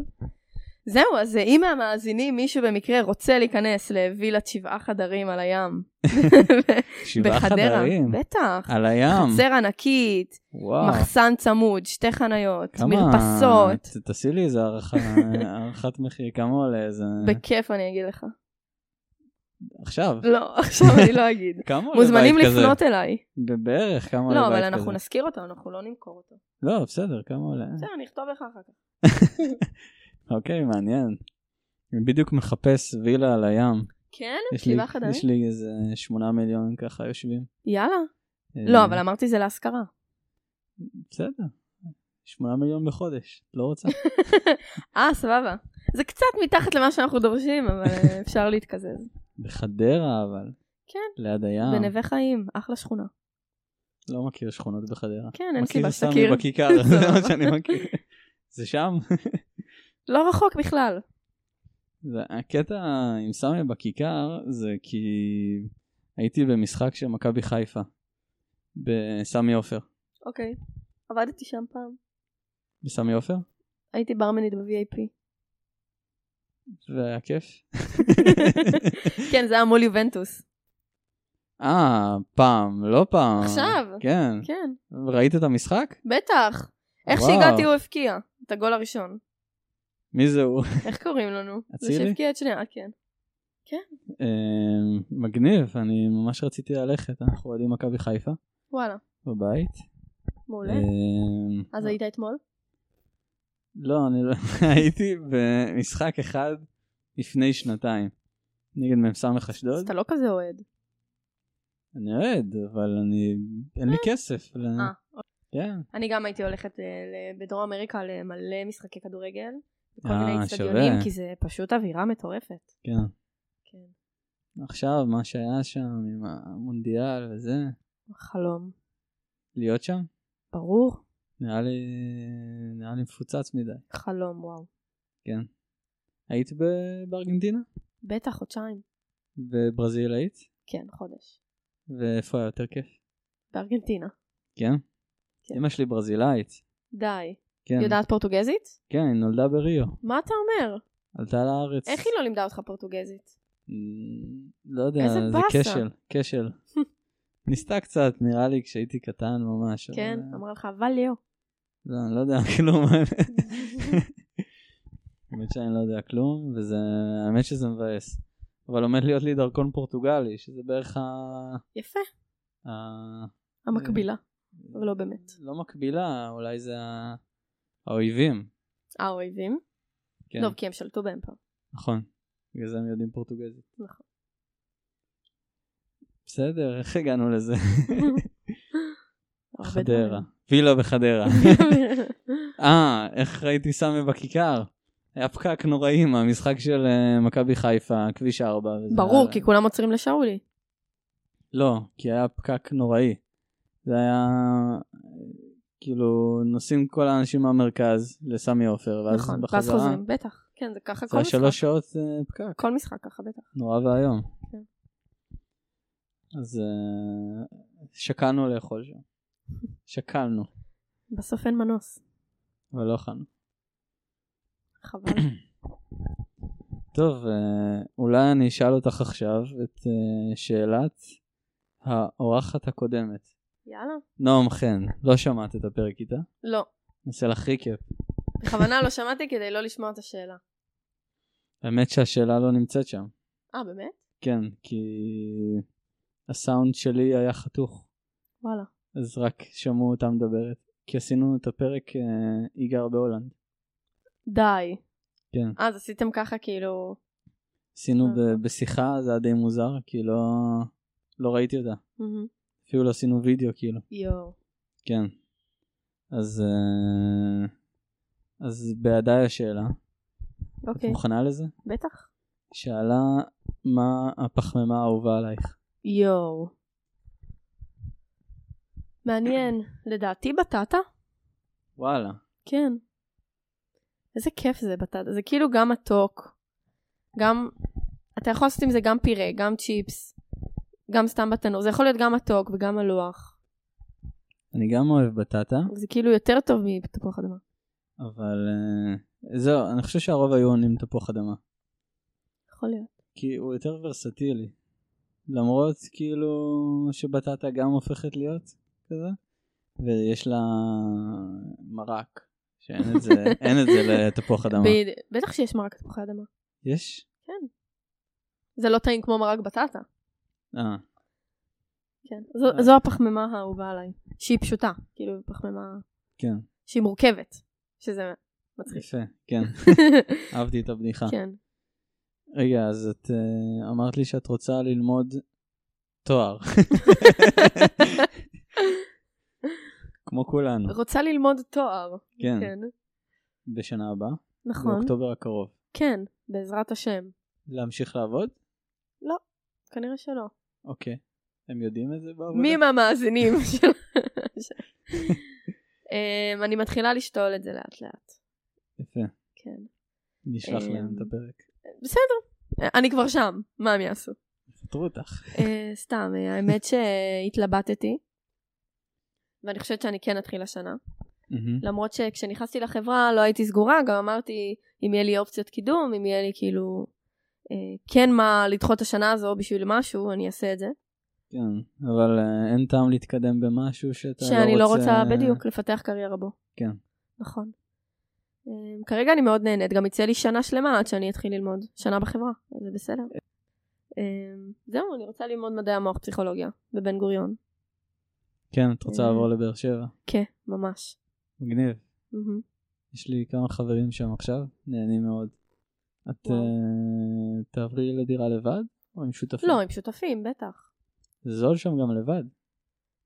זהו, אז אם מהמאזינים מישהו במקרה רוצה להיכנס לווילת שבעה חדרים על הים,
שבעה
בחדרה,
חדרים.
בטח,
על הים.
חצר ענקית,
וואו.
מחסן צמוד, שתי חניות,
כמה-
מרפסות,
ת- תעשי לי איזה הערכה, הערכת מחיר, כמה עולה איזה...
בכיף אני אגיד לך.
עכשיו.
לא, עכשיו אני לא אגיד.
כמה עולה בית
מוזמנים
כזה?
לפנות אליי.
ב- בערך כמה עולה
לא,
בית כזה.
אבל אנחנו נזכיר אותו, אנחנו לא נמכור אותו.
לא, בסדר, כמה עולה.
בסדר, אני אכתוב לך אחר כך.
אוקיי, מעניין. אני בדיוק מחפש וילה על הים.
כן?
יש לי-
שבעה חדרים?
יש לי איזה שמונה מיליון ככה יושבים.
יאללה.
אה,
לא, אבל אמרתי זה להשכרה.
בסדר. שמונה מיליון בחודש, לא רוצה.
אה, סבבה. זה קצת מתחת למה שאנחנו דורשים, אבל אה, אפשר להתקזז.
בחדרה אבל.
כן.
ליד הים.
בנווה חיים, אחלה שכונה.
לא מכיר שכונות בחדרה.
כן, אין סיבה
מכיר
שתכיר. נכון.
סמי בכיכר, זה מה
סבבה.
שאני מכיר. זה שם?
לא רחוק בכלל.
זה- הקטע עם סמי בכיכר זה כי הייתי במשחק של מכבי חיפה. בסמי עופר.
אוקיי. עבדתי שם פעם.
בסמי עופר?
הייתי ברמנית ב-VIP.
והיה כיף.
כן, זה היה מול יובנטוס.
אה, פעם, לא פעם.
עכשיו.
כן.
כן,
ראית את המשחק?
בטח. איך
וואו.
שהגעתי הוא הבקיע את הגול הראשון.
מי זה הוא?
איך קוראים לנו? זה
אצילי?
שהבקיע את שנייה, כן.
אה, מגניב, אני ממש רציתי ללכת, אנחנו אוהדים מכבי חיפה
וואלה,
בבית.
מעולה.
אה,
אז היית אתמול?
לא, אני לא... הייתי במשחק אחד לפני שנתיים, נגד מ"ס
אז
אשדוד.
אתה לא כזה אוהד.
אני אוהד, אבל אני... אין לי כסף. ל-
אה.
כן.
אני גם הייתי הולכת אה, ל- בדרום אמריקה למלא משחקי כדורגל. כל
אה,
מיני אצטדיונים,
שווה.
כי זה פשוט אווירה מטורפת.
כן.
כן.
עכשיו, מה שהיה שם עם המונדיאל וזה,
חלום.
להיות שם,
ברור.
נראה לי... נראה לי מפוצץ מדי.
חלום, וואו.
כן. היית ב- בארגנטינה?
בטח, חודשיים.
בברזיל היית?
כן, חודש.
ואיפה היה יותר כיף?
בארגנטינה.
כן?
כן.
אמא שלי ברזילאית.
די.
כן.
יודעת פורטוגזית?
כן, היא נולדה בריו.
מה אתה אומר?
עלתה לארץ.
איך היא לא לימדה אותך פורטוגזית?
אמ, לא יודע,
איזה
זה
באסה.
כשל, כשל. ניסתה קצת, נראה לי, כשהייתי קטן ממש. אבל,
כן,
אה,
אמרה לך, וליו.
לא, אני לא יודע כלום. האמת שאני לא יודע כלום, וזה, האמת שזה מבאס. אבל עומד להיות לי דרכון פורטוגלי, שזה בערך ה...
יפה.
ה-
המקבילה. אבל לא באמת.
לא מקבילה, אולי זה ה- האויבים.
אה, אויבים?
כן,
טוב, כי הם שלטו בהם פעם.
נכון. בגלל זה הם יודעים פורטוגזית.
נכון.
בסדר, איך הגענו לזה?
הרבה
חדרה. וילה בחדרה.
דברים.
אה, איך ראיתי סמי בכיכר? היה פקק נוראי מהמשחק של אה, מכבי חיפה, כביש 4. וזה
ברור,
היה-
כי כולם עוצרים לשאולי.
לא, כי היה פקק נוראי. זה היה... כאילו, נוסעים כל האנשים מהמרכז לסמי עופר, ואז
נכון,
בחזרה...
ואז חוזרים, בטח. כן, זה ככה
זה
כל
היה
משחק.
שלוש שעות אה, פקק.
כל משחק ככה, בטח.
נורא ואיום.
כן.
אז אה, שקענו לאכול שם. שקלנו,
בסוף אין מנוס.
אבל לא אכלנו.
חבל.
טוב, אה, אולי אני אשאל אותך עכשיו את אה, שאלת האורחת הקודמת.
יאללה.
נועם חן, לא שמעת את הפרק איתה?
לא.
נעשה לך ריקאפ.
בכוונה לא שמעתי כדי לא לשמוע את השאלה.
האמת שהשאלה לא נמצאת שם.
אה, באמת?
כן, כי הסאונד שלי היה חתוך,
וואלה.
אז רק שמעו אותה מדברת. כי עשינו את הפרק אה, היא גר בהולנד.
די.
כן.
אז עשיתם ככה כאילו...
עשינו
אהה.
ב- בשיחה, זה היה די מוזר, כי לא, לא ראיתי אותה.
מהמם.
אפילו לא עשינו וידאו, כאילו.
יואו.
כן. אז, אה, אז בידיי השאלה, את
אוקיי.
מוכנה לזה?
בטח.
שאלה, מה הפחמימה האהובה עלייך?
יואו. מעניין. לדעתי בטטה?
וואלה.
כן. איזה כיף זה בטטה. זה כאילו גם מתוק, גם... אתה יכול לעשות עם זה גם פירה, גם צ'יפס, גם סתם בתנור. זה יכול להיות גם מתוק וגם מלוח.
אני גם אוהב בטטה,
זה כאילו יותר טוב מתפוח אדמה.
אבל אה, זהו, אני חושב שהרוב היו עונים תפוח אדמה.
יכול להיות.
כי הוא יותר ורסטילי. למרות כאילו שבטטה גם הופכת להיות כזה, ויש לה מרק, שאין את זה, אין את זה לתפוח אדמה.
ב- בטח שיש מרק תפוחי אדמה.
יש?
זה לא טעים כמו מרק בטטה.
אה,
כן. זו,
אה.
זו הפחמימה האהובה עליי. שהיא פשוטה. כאילו פחמימה
כן,
שהיא מורכבת. שזה מצחיק.
יפה, כן, אהבתי את הבדיחה.
כן.
רגע, אז את אה, אמרת לי שאת רוצה ללמוד תואר. כמו כולנו,
רוצה ללמוד תואר.
כן,
כן.
בשנה הבאה,
נכון.
באוקטובר הקרוב.
כן, בעזרת השם.
להמשיך לעבוד?
כנראה שלא.
אוקיי. הם יודעים את זה בעבודה?
מי מהמאזינים של... אמ, אני מתחילה לשתול את זה לאט לאט.
יפה.
כן.
נשלח
אמ,
להם את הפרק.
בסדר, אני כבר שם, מה הם יעשו?
פטרו אותך.
אה, סתם, אה, האמת שהתלבטתי, ואני חושבת שאני כן אתחיל השנה.
מהמם.
למרות שכשנכנסתי לחברה לא הייתי סגורה, גם אמרתי אם יהיה לי אופציות קידום, אם יהיה לי כאילו אה, כן מה לדחות את השנה הזו בשביל משהו, אני אעשה את זה.
כן, אבל אה, אין טעם להתקדם במשהו שאתה לא רוצה...
שאני לא רוצה בדיוק לפתח קריירה בו.
כן.
נכון. אמ, כרגע אני מאוד נהנית, גם יצא לי שנה שלמה עד שאני אתחיל ללמוד, שנה בחברה, אז זה בסדר. אמ, זהו, אני רוצה ללמוד מדעי המוח פסיכולוגיה בבן גוריון.
כן, את רוצה
אה.
לעבור לבאר שבע?
כן, ממש.
מגניב.
מהמם.
יש לי כמה חברים שם עכשיו, נהנים מאוד. את
וואו.
אה, תעברי לדירה לבד או עם שותפים?
לא, הם שותפים, בטח.
זה זול שם גם לבד.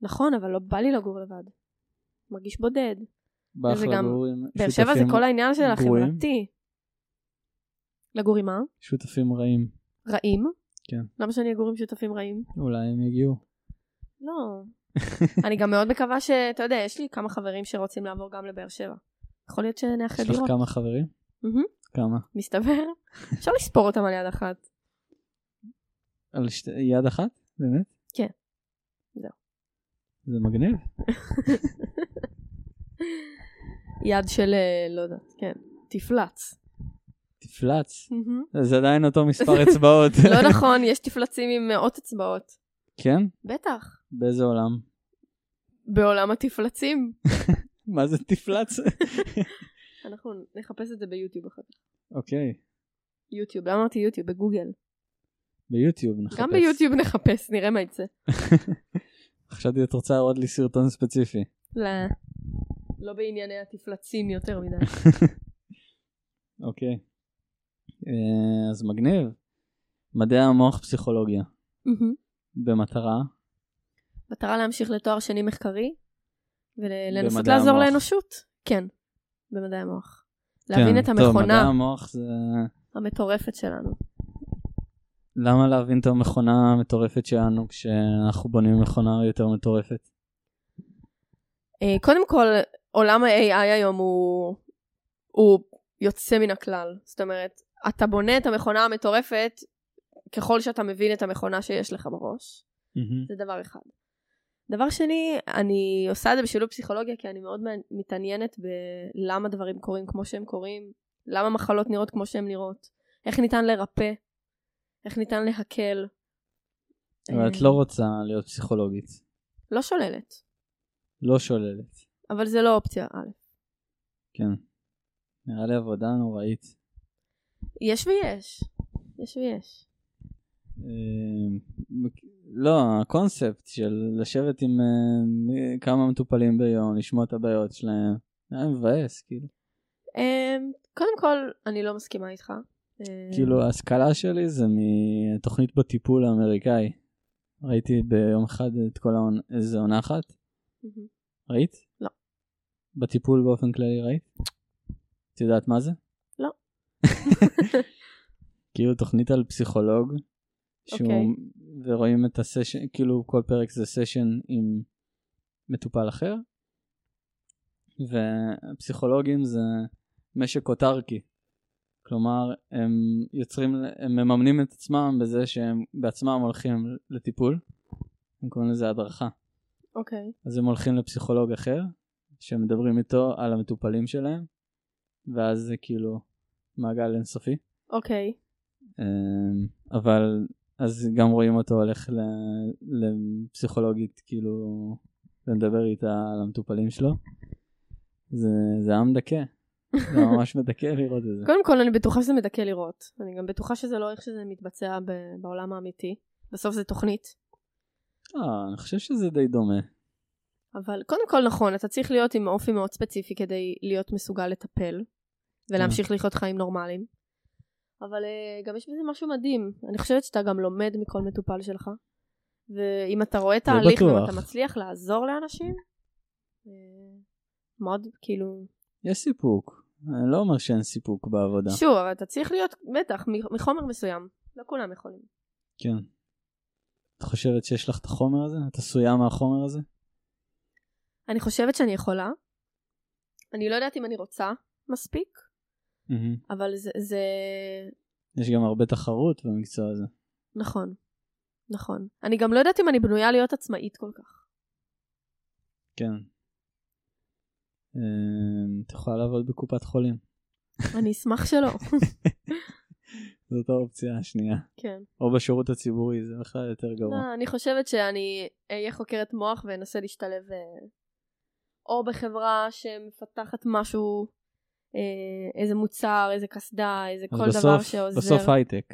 נכון, אבל לא בא לי לגור לבד. מרגיש בודד.
בא לך
וזה גם-
לגור עם
באר שבע זה
שותפים-
כל העניין של
גרועים.
החברתי. לגור עם מה?
שותפים רעים.
רעים?
כן.
למה שאני אגור עם שותפים רעים?
אולי הם יגיעו.
לא. אני גם מאוד מקווה ש... אתה יודע, יש לי כמה חברים שרוצים לעבור גם לבאר שבע. יכול להיות שנאחד
יש לך
דירות.
כמה חברים?
מהמם.
כמה?
מסתבר. אפשר לספור אותם על יד אחת.
על שתי- יד אחת? באמת?
כן. זהו.
זה מגניב.
יד של, אה, לא יודעת, כן. תפלץ.
תפלץ. זה עדיין אותו מספר אצבעות.
לא נכון, יש תפלצים עם מאות אצבעות.
כן?
בטח.
באיזה עולם?
בעולם התפלצים.
מה זה תפלץ?
אנחנו נחפש את זה ביוטיוב אחר כך.
אוקיי,
יוטיוב, למה אמרתי יוטיוב? בגוגל.
ביוטיוב נחפש.
גם ביוטיוב נחפש, נראה מה יצא.
חשבתי את רוצה להראות לי סרטון ספציפי.
לא. לא בענייני התפלצים יותר מדי.
אוקיי. אה, אז מגניב. מדעי המוח פסיכולוגיה.
מהמם.
במטרה,
מטרה להמשיך לתואר שני מחקרי, ולנסות
במדעי
לעזור
המוח. כן,
לאנושות. כן, במדעי המוח. להבין את
טוב, מדעי
המכונה
המוח זה...
המטורפת שלנו.
למה להבין את המכונה המטורפת שלנו כשאנחנו בונים מכונה יותר מטורפת?
אה, קודם כל, עולם ה-AI היום הוא, הוא יוצא מן הכלל. זאת אומרת, אתה בונה את המכונה המטורפת ככל שאתה מבין את המכונה שיש לך בראש. זה דבר אחד. דבר שני, אני עושה את זה בשילוב פסיכולוגיה כי אני מאוד מעניין- מתעניינת בלמה דברים קורים כמו שהם קורים, למה מחלות נראות כמו שהן נראות, איך ניתן לרפא, איך ניתן להקל.
אבל את
אה,
לא רוצה להיות פסיכולוגית.
לא שוללת,
לא שוללת.
אבל זה לא אופציה א'.
כן. נראה לי עבודה נוראית.
יש ויש, יש ויש.
אה, לא, הקונספט של לשבת עם אה, כמה מטופלים ביום, לשמוע את הבעיות שלהם, היה מבאס, כאילו.
אמ, קודם כל, אני לא מסכימה איתך. אמ,
כאילו, ההשכלה שלי זה מתוכנית בטיפול האמריקאי. ראיתי ביום אחד את כל העונה, איזה עונה אחת.
מהמם.
ראית?
לא.
בטיפול באופן כללי ראית? את יודעת מה זה?
לא.
כאילו תוכנית על פסיכולוג,
אוקיי.
שהוא, ורואים את הסשן, כאילו כל פרק זה סשן עם מטופל אחר, והפסיכולוגים זה משק אוטרקי. כלומר, הם יוצרים, הם מממנים את עצמם בזה שהם בעצמם הולכים לטיפול, הם קוראים לזה הדרכה.
אוקיי.
אז הם הולכים לפסיכולוג אחר, שמדברים איתו על המטופלים שלהם, ואז זה כאילו מעגל אינסופי.
אוקיי.
אמ, אבל אז גם רואים אותו הולך ל- לפסיכולוגית, כאילו, ומדבר איתה על המטופלים שלו. זה, זה היה מדכא, זה ממש מדכא לראות את זה.
קודם כל, אני בטוחה שזה מדכא לראות. אני גם בטוחה שזה לא איך שזה מתבצע ב- בעולם האמיתי. בסוף זה תוכנית.
אה, אני חושב שזה די דומה.
אבל קודם כל נכון, אתה צריך להיות עם אופי מאוד ספציפי כדי להיות מסוגל לטפל
כן.
ולהמשיך לחיות חיים נורמליים. אבל אה, גם יש בזה משהו מדהים. אני חושבת שאתה גם לומד מכל מטופל שלך. ואם אתה רואה תהליך ואם
לא בטוח.
אתה מצליח לעזור לאנשים, אה, מאוד כאילו,
יש סיפוק, אני לא אומר שאין סיפוק בעבודה.
שוב, אבל אתה צריך להיות, בטח, מ- מחומר מסוים. לא כולם יכולים.
כן. את חושבת שיש לך את החומר הזה? את עשויה מהחומר הזה?
אני חושבת שאני יכולה. אני לא יודעת אם אני רוצה מספיק,
מהמם.
אבל זה, זה...
יש גם הרבה תחרות במקצוע הזה.
נכון. נכון. אני גם לא יודעת אם אני בנויה להיות עצמאית כל כך.
כן. אמ, את יכולה לעבוד בקופת חולים.
אני אשמח שלא.
זאת האופציה השנייה.
כן.
או בשירות הציבורי, זה בכלל יותר גרוע.
לא, אני חושבת שאני אהיה חוקרת מוח ואנסה להשתלב אה, או בחברה שמפתחת משהו, אה, איזה מוצר, איזה קסדה, איזה
אז
כל דבר
בסוף-
שעוזר.
בסוף הייטק.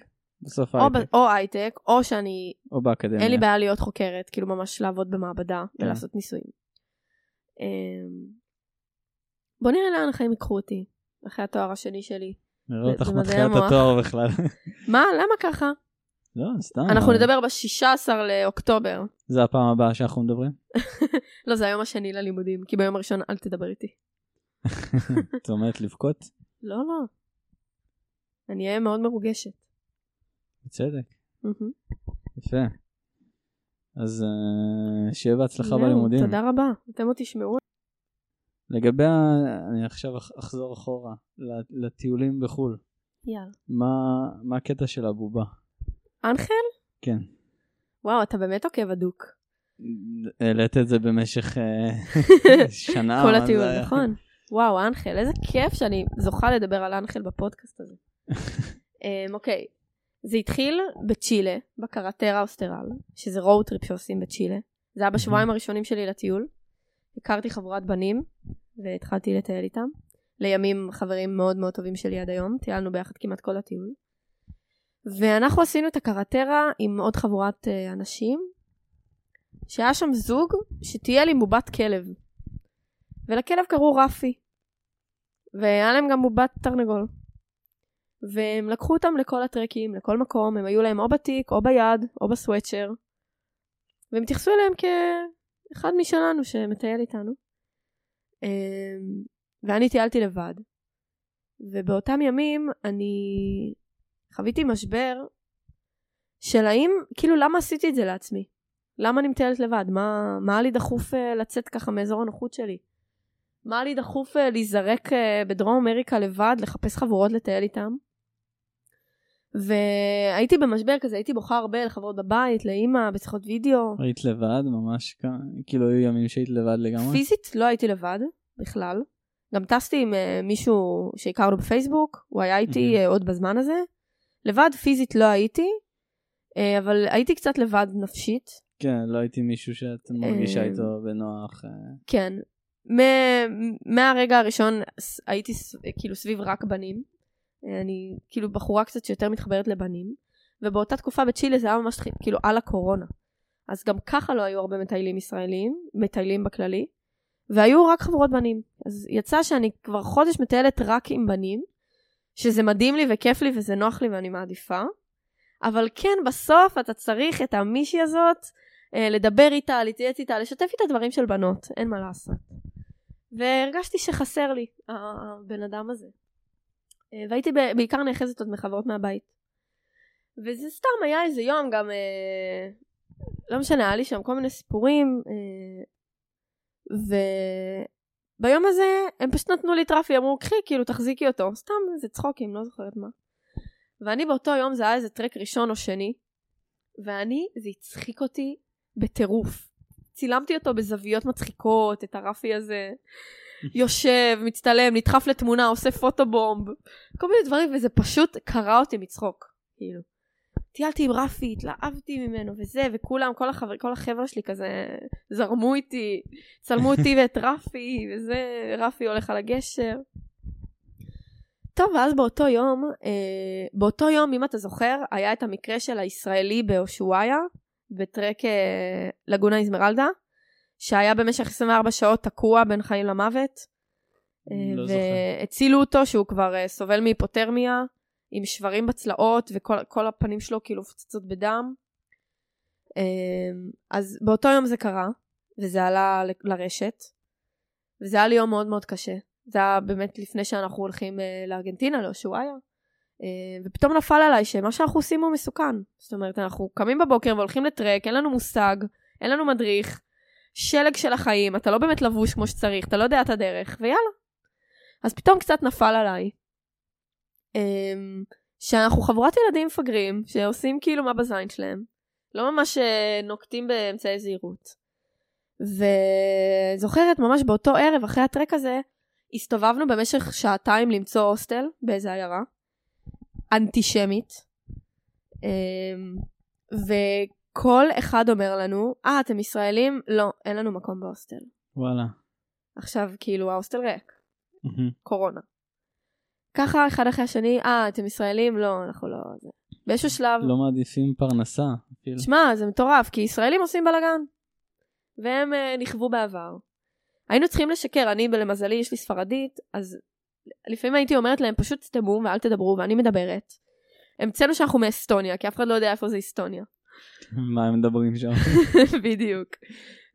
בסוף
או ב-
הייטק.
או הייטק, או שאני
או באקדמיה.
אין לי בעיה להיות חוקרת, כאילו ממש לעבוד במעבדה
כן.
ולעשות ניסויים. אמ, בוא נראה לאן החיים ייקחו אותי, אחרי התואר השני שלי.
נראה אותך
במדעי
מתחילה את
המוח.
התואר בכלל.
מה, למה ככה?
לא, סתם.
אנחנו
אבל-
נדבר ב-16 לאוקטובר.
זה הפעם הבאה שאנחנו מדברים?
לא, זה היום השני ללימודים, כי ביום הראשון אל תדבר איתי.
את אומרת לבכות?
לא, לא. אני אהיה מאוד מרוגשת.
בצדק.
מהמם.
יפה. אז אה, שיהיה בהצלחה
זהו,
בלימודים.
תודה רבה, אתם עוד תשמעו.
לגבי, ה- אני עכשיו אח- אחזור אחורה, ל- לטיולים בחו"ל.
יאללה.
מה מה הקטע של הבובה?
אנחל?
כן.
וואו, אתה באמת עוקב הדוק.
העלית את זה במשך אה, שנה. אה,
כל
מה זה
הטיול,
היה?
נכון. וואו, אנחל, איזה כיף שאני זוכה לדבר על אנחל בפודקאסט הזה. אמ, אוקיי, זה התחיל בצ'ילה, בקרטרה אוסטרל, שזה רואו טריפ שעושים בצ'ילה. זה היה בשבועיים הראשונים שלי לטיול. הכרתי חבורת בנים, והתחלתי לטייל איתם. לימים חברים מאוד מאוד טובים שלי עד היום, טיילנו ביחד כמעט כל הטיול. ואנחנו עשינו את הקרטרה עם עוד חבורת אה, אנשים, שהיה שם זוג שטייל עם בובת כלב. ולכלב קראו רפי. והיה להם גם בובת תרנגול. והם לקחו אותם לכל הטרקים, לכל מקום, הם היו להם או בתיק, או ביד, או בסוואצ'ר. והם התייחסו אליהם כאחד משלנו שמטייל איתנו. אמ, ואני טיילתי לבד. ובאותם ימים אני חוויתי משבר של האם, כאילו למה עשיתי את זה לעצמי? למה אני מטיילת לבד? מה, מה היה לי דחוף אה, לצאת ככה מאזור הנוחות שלי? מה היה לי דחוף אה, להיזרק אה, בדרום אמריקה לבד, לחפש חבורות לטייל איתם? והייתי במשבר כזה, הייתי בוכה הרבה לחברות בבית, לאימא, בשיחות וידאו.
היית לבד ממש כמה, כאילו היו ימים שהיית לבד לגמרי?
פיזית לא הייתי לבד בכלל. גם טסתי עם אה, מישהו שהכרנו בפייסבוק, הוא היה איתי
מהמם.
אה, עוד בזמן הזה. לבד פיזית לא הייתי, אה, אבל הייתי קצת לבד נפשית.
כן, לא הייתי מישהו שאת מרגישה
אה,
איתו בנוח. אה,
כן. מ- מהרגע הראשון ס- הייתי ס- כאילו סביב רק בנים. אה, אני כאילו בחורה קצת שיותר מתחברת לבנים. ובאותה תקופה בצ'ילה זה היה ממש תח- כאילו על הקורונה. אז גם ככה לא היו הרבה מטיילים ישראלים, מטיילים בכללי. והיו רק חבורות בנים. אז יצא שאני כבר חודש מטיילת רק עם בנים, שזה מדהים לי וכיף לי וזה נוח לי ואני מעדיפה. אבל כן, בסוף אתה צריך את המישהי הזאת אה, לדבר איתה, להתייעץ איתה, לשתף איתה דברים של בנות, אין מה לעשות. והרגשתי שחסר לי ה- הבן אדם הזה. אה, והייתי ב- בעיקר נאחזת עוד מחברות מהבית. וזה סתם היה איזה יום גם, אה, לא משנה, היה לי שם כל מיני סיפורים, אה, וביום הזה הם פשוט נתנו לי את רפי, אמרו קחי, כאילו תחזיקי אותו, סתם איזה צחוקים, לא זוכרת מה. ואני באותו יום, זה היה איזה טרק ראשון או שני, ואני, זה הצחיק אותי בטירוף. צילמתי אותו בזוויות מצחיקות, את הרפי הזה, יושב, מצטלם, נדחף לתמונה, עושה פוטובומב, כל מיני דברים, וזה פשוט קרע אותי מצחוק, כאילו. טיילתי עם רפי, התלהבתי ממנו וזה, וכולם, כל, החבר, כל החבר'ה שלי כזה זרמו איתי, צלמו אותי ואת רפי, וזה, רפי הולך על הגשר. טוב, ואז באותו יום, אה, באותו יום, אם אתה זוכר, היה את המקרה של הישראלי באושוויה, בטרק אה, לגונה איזמרלדה, שהיה במשך 24 שעות תקוע בין חיים למוות. אה,
לא זוכר.
והצילו אותו, שהוא כבר אה, סובל מהיפותרמיה, עם שברים בצלעות, וכל כל הפנים שלו כאילו מפוצצות בדם. אה, אז באותו יום זה קרה, וזה עלה ל- לרשת, וזה היה לי יום מאוד מאוד קשה. זה היה באמת לפני שאנחנו הולכים אה, לארגנטינה, לאושוויה. אה, ופתאום נפל עליי שמה שאנחנו עושים הוא מסוכן. זאת אומרת, אנחנו קמים בבוקר והולכים לטרק, אין לנו מושג, אין לנו מדריך, שלג של החיים, אתה לא באמת לבוש כמו שצריך, אתה לא יודע את הדרך, ויאללה. אז פתאום קצת נפל עליי. אמ, שאנחנו חבורת ילדים מפגרים, שעושים כאילו מה בזין שלהם. לא ממש אה, נוקטים באמצעי זהירות. וזוכרת ממש באותו ערב, אחרי הטרק הזה, הסתובבנו במשך שעתיים למצוא הוסטל באיזה עיירה. אנטישמית. אמ, וכל אחד אומר לנו, אה, אתם ישראלים? לא, אין לנו מקום בהוסטל.
וואלה.
עכשיו, כאילו, ההוסטל ריק. קורונה. ככה אחד אחרי השני, אה, אתם ישראלים? לא, אנחנו לא... זה. באיזשהו שלב,
לא מעדיפים פרנסה, כאילו.
שמע, זה מטורף, כי ישראלים עושים בלאגן. והם אה, נכוו בעבר. היינו צריכים לשקר, אני, למזלי, יש לי ספרדית, אז לפעמים הייתי אומרת להם, פשוט תסתמו ואל תדברו, ואני מדברת. המצאנו שאנחנו מאסטוניה, כי אף אחד לא יודע איפה זה אסטוניה.
מה הם מדברים שם?
בדיוק.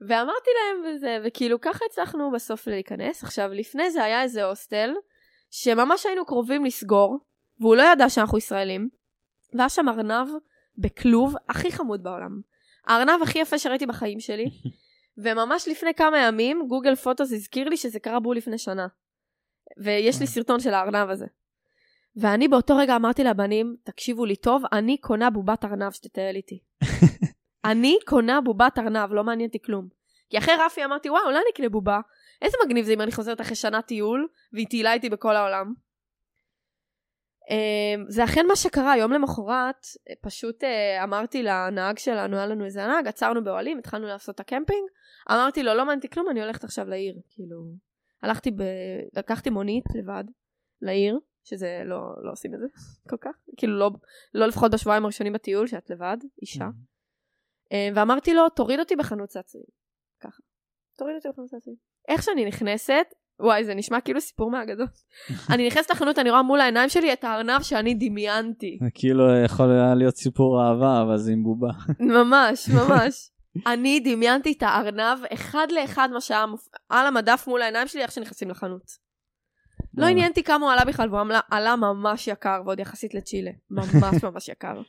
ואמרתי להם וזה, וכאילו ככה הצלחנו בסוף להיכנס. עכשיו, לפני זה היה איזה הוסטל, שממש היינו קרובים לסגור, והוא לא ידע שאנחנו ישראלים, והיה שם ארנב בכלוב הכי חמוד בעולם. הארנב הכי יפה שראיתי בחיים שלי, וממש לפני כמה ימים, גוגל פוטוס הזכיר לי שזה קרה בול לפני שנה. ויש לי סרטון של הארנב הזה. ואני באותו רגע אמרתי לבנים, תקשיבו לי טוב, אני קונה בובת ארנב שתטייל איתי. אני קונה בובת ארנב, לא מעניין אותי כלום. כי אחרי רפי אמרתי, וואו, אולי אני אקנה בובה. איזה מגניב זה אם אני חוזרת אחרי שנה טיול, והיא טיילה איתי בכל העולם. אמ, זה אכן מה שקרה, יום למחרת, אה, פשוט אה, אמרתי לנהג שלנו, היה לנו איזה נהג, עצרנו באוהלים, התחלנו לעשות את הקמפינג, אמרתי לו, לא מעניין אותי כלום, אני הולכת עכשיו לעיר. כאילו, הלכתי ב... לקחתי מונית לבד לעיר, שזה לא, לא עושים את זה כל כך, כאילו לא, לא לפחות בשבועיים הראשונים בטיול, שאת לבד, אישה. אה, ואמרתי לו, תוריד אותי בחנות צעצועים. ככה. תוריד אותי בחנות צעצועים. איך שאני נכנסת, וואי, זה נשמע כאילו סיפור מהאגדות. אני נכנסת לחנות, אני רואה מול העיניים שלי את הארנב שאני דמיינתי.
זה כאילו יכול היה להיות סיפור אהבה, אבל זה עם בובה.
ממש, ממש. אני דמיינתי את הארנב אחד לאחד מה שהיה מופ... על המדף מול העיניים שלי, איך שנכנסים לחנות. לא עניין אותי כמה הוא עלה בכלל, והוא עמלה- עלה ממש יקר, ועוד יחסית לצ'ילה. ממש ממש יקר.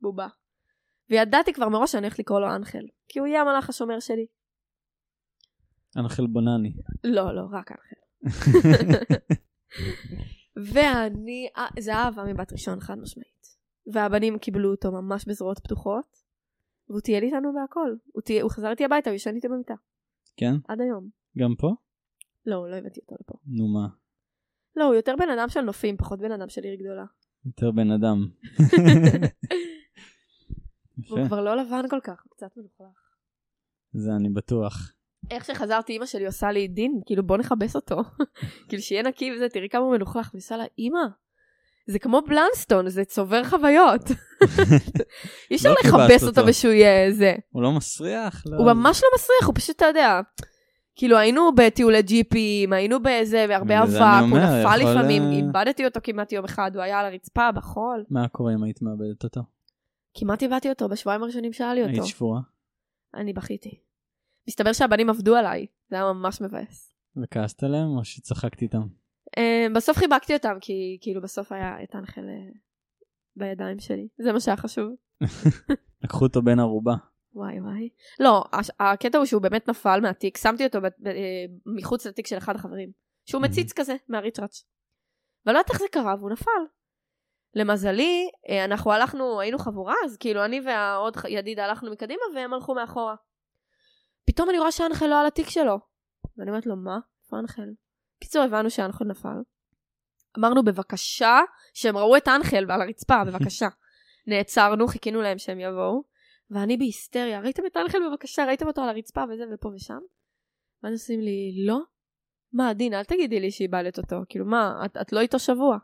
בובה. וידעתי כבר מראש שאני הולכת לקרוא לו אנחל, כי הוא יהיה המלאך השומר שלי.
אה, אנחל בונני.
לא, לא, רק אנחל. ואני, אה, זה היה אהבה מבת ראשון, חד משמעית. והבנים קיבלו אותו ממש בזרועות פתוחות, והוא טייל איתנו בהכל. הוא, טייל, הוא חזר איתי הביתה, הוא ישן איתי במיטה,
כן?
עד היום.
גם פה?
לא, לא הבאתי אותו לפה.
נו מה.
לא, הוא יותר בן אדם של נופים, פחות בן אדם של עיר גדולה.
יותר בן אדם.
הוא
יפה.
כבר לא לבן כל כך, הוא קצת מלוכלך.
זה אני בטוח.
איך שחזרתי, אימא שלי עושה לי דין, כאילו בוא נכבס אותו. כאילו שיהיה נקי וזה, תראי כמה הוא מלוכלך. ועושה לה, אימא, זה כמו בלנסטון, זה צובר חוויות. אי אפשר
לא כיבסת
לכבס אותו
אותו.
ושהוא יהיה זה.
הוא לא מסריח? לא.
הוא ממש לא מסריח, הוא פשוט, אתה יודע. כאילו היינו בטיולי ג'יפים, היינו באיזה, והרבה
בגלל זה
אבק,
אני
הוא
אומר,
נפל
יכול,
לפעמים,
אה,
איבדתי אותו כמעט יום אחד, הוא היה על הרצפה, בחול.
מה קורה אם היית מאבדת אותו?
כמעט איבדתי אותו בשבועיים הראשונים שהיה לי
היית
אותו.
שבורה?
אני בכיתי. מסתבר שהבנים עבדו עליי, זה היה ממש מבאס.
וכעסת עליהם או שצחקת איתם?
אה, בסוף חיבקתי אותם, כי כאילו בסוף היה את האנחל אה, בידיים שלי. זה מה שהיה חשוב.
לקחו אותו בן ערובה.
וואי וואי. לא, הש- הקטע הוא שהוא באמת נפל מהתיק, שמתי אותו ב- ב- אה, מחוץ לתיק של אחד החברים. שהוא מציץ כזה, מהריצ'ראץ'. ואני לא יודעת איך זה קרה, והוא נפל. למזלי, אה, אנחנו הלכנו, היינו חבורה, אז כאילו אני והעוד ח- ידיד הלכנו מקדימה, והם הלכו מאחורה. פתאום אני רואה שהאנחל לא על התיק שלו. ואני אומרת לו, מה? איפה האנחל? בקיצור, הבנו שהאנחל נפל. אמרנו, בבקשה, שהם ראו את האנחל על הרצפה, בבקשה. נעצרנו, חיכינו להם שהם יבואו. ואני בהיסטריה, ראיתם את האנחל בבקשה, ראיתם אותו על הרצפה וזה ופה ושם? ואז עושים לי, לא? מה, דין, אל תגידי לי שאיבדת אותו, כאילו מה, את, את לא איתו שבוע.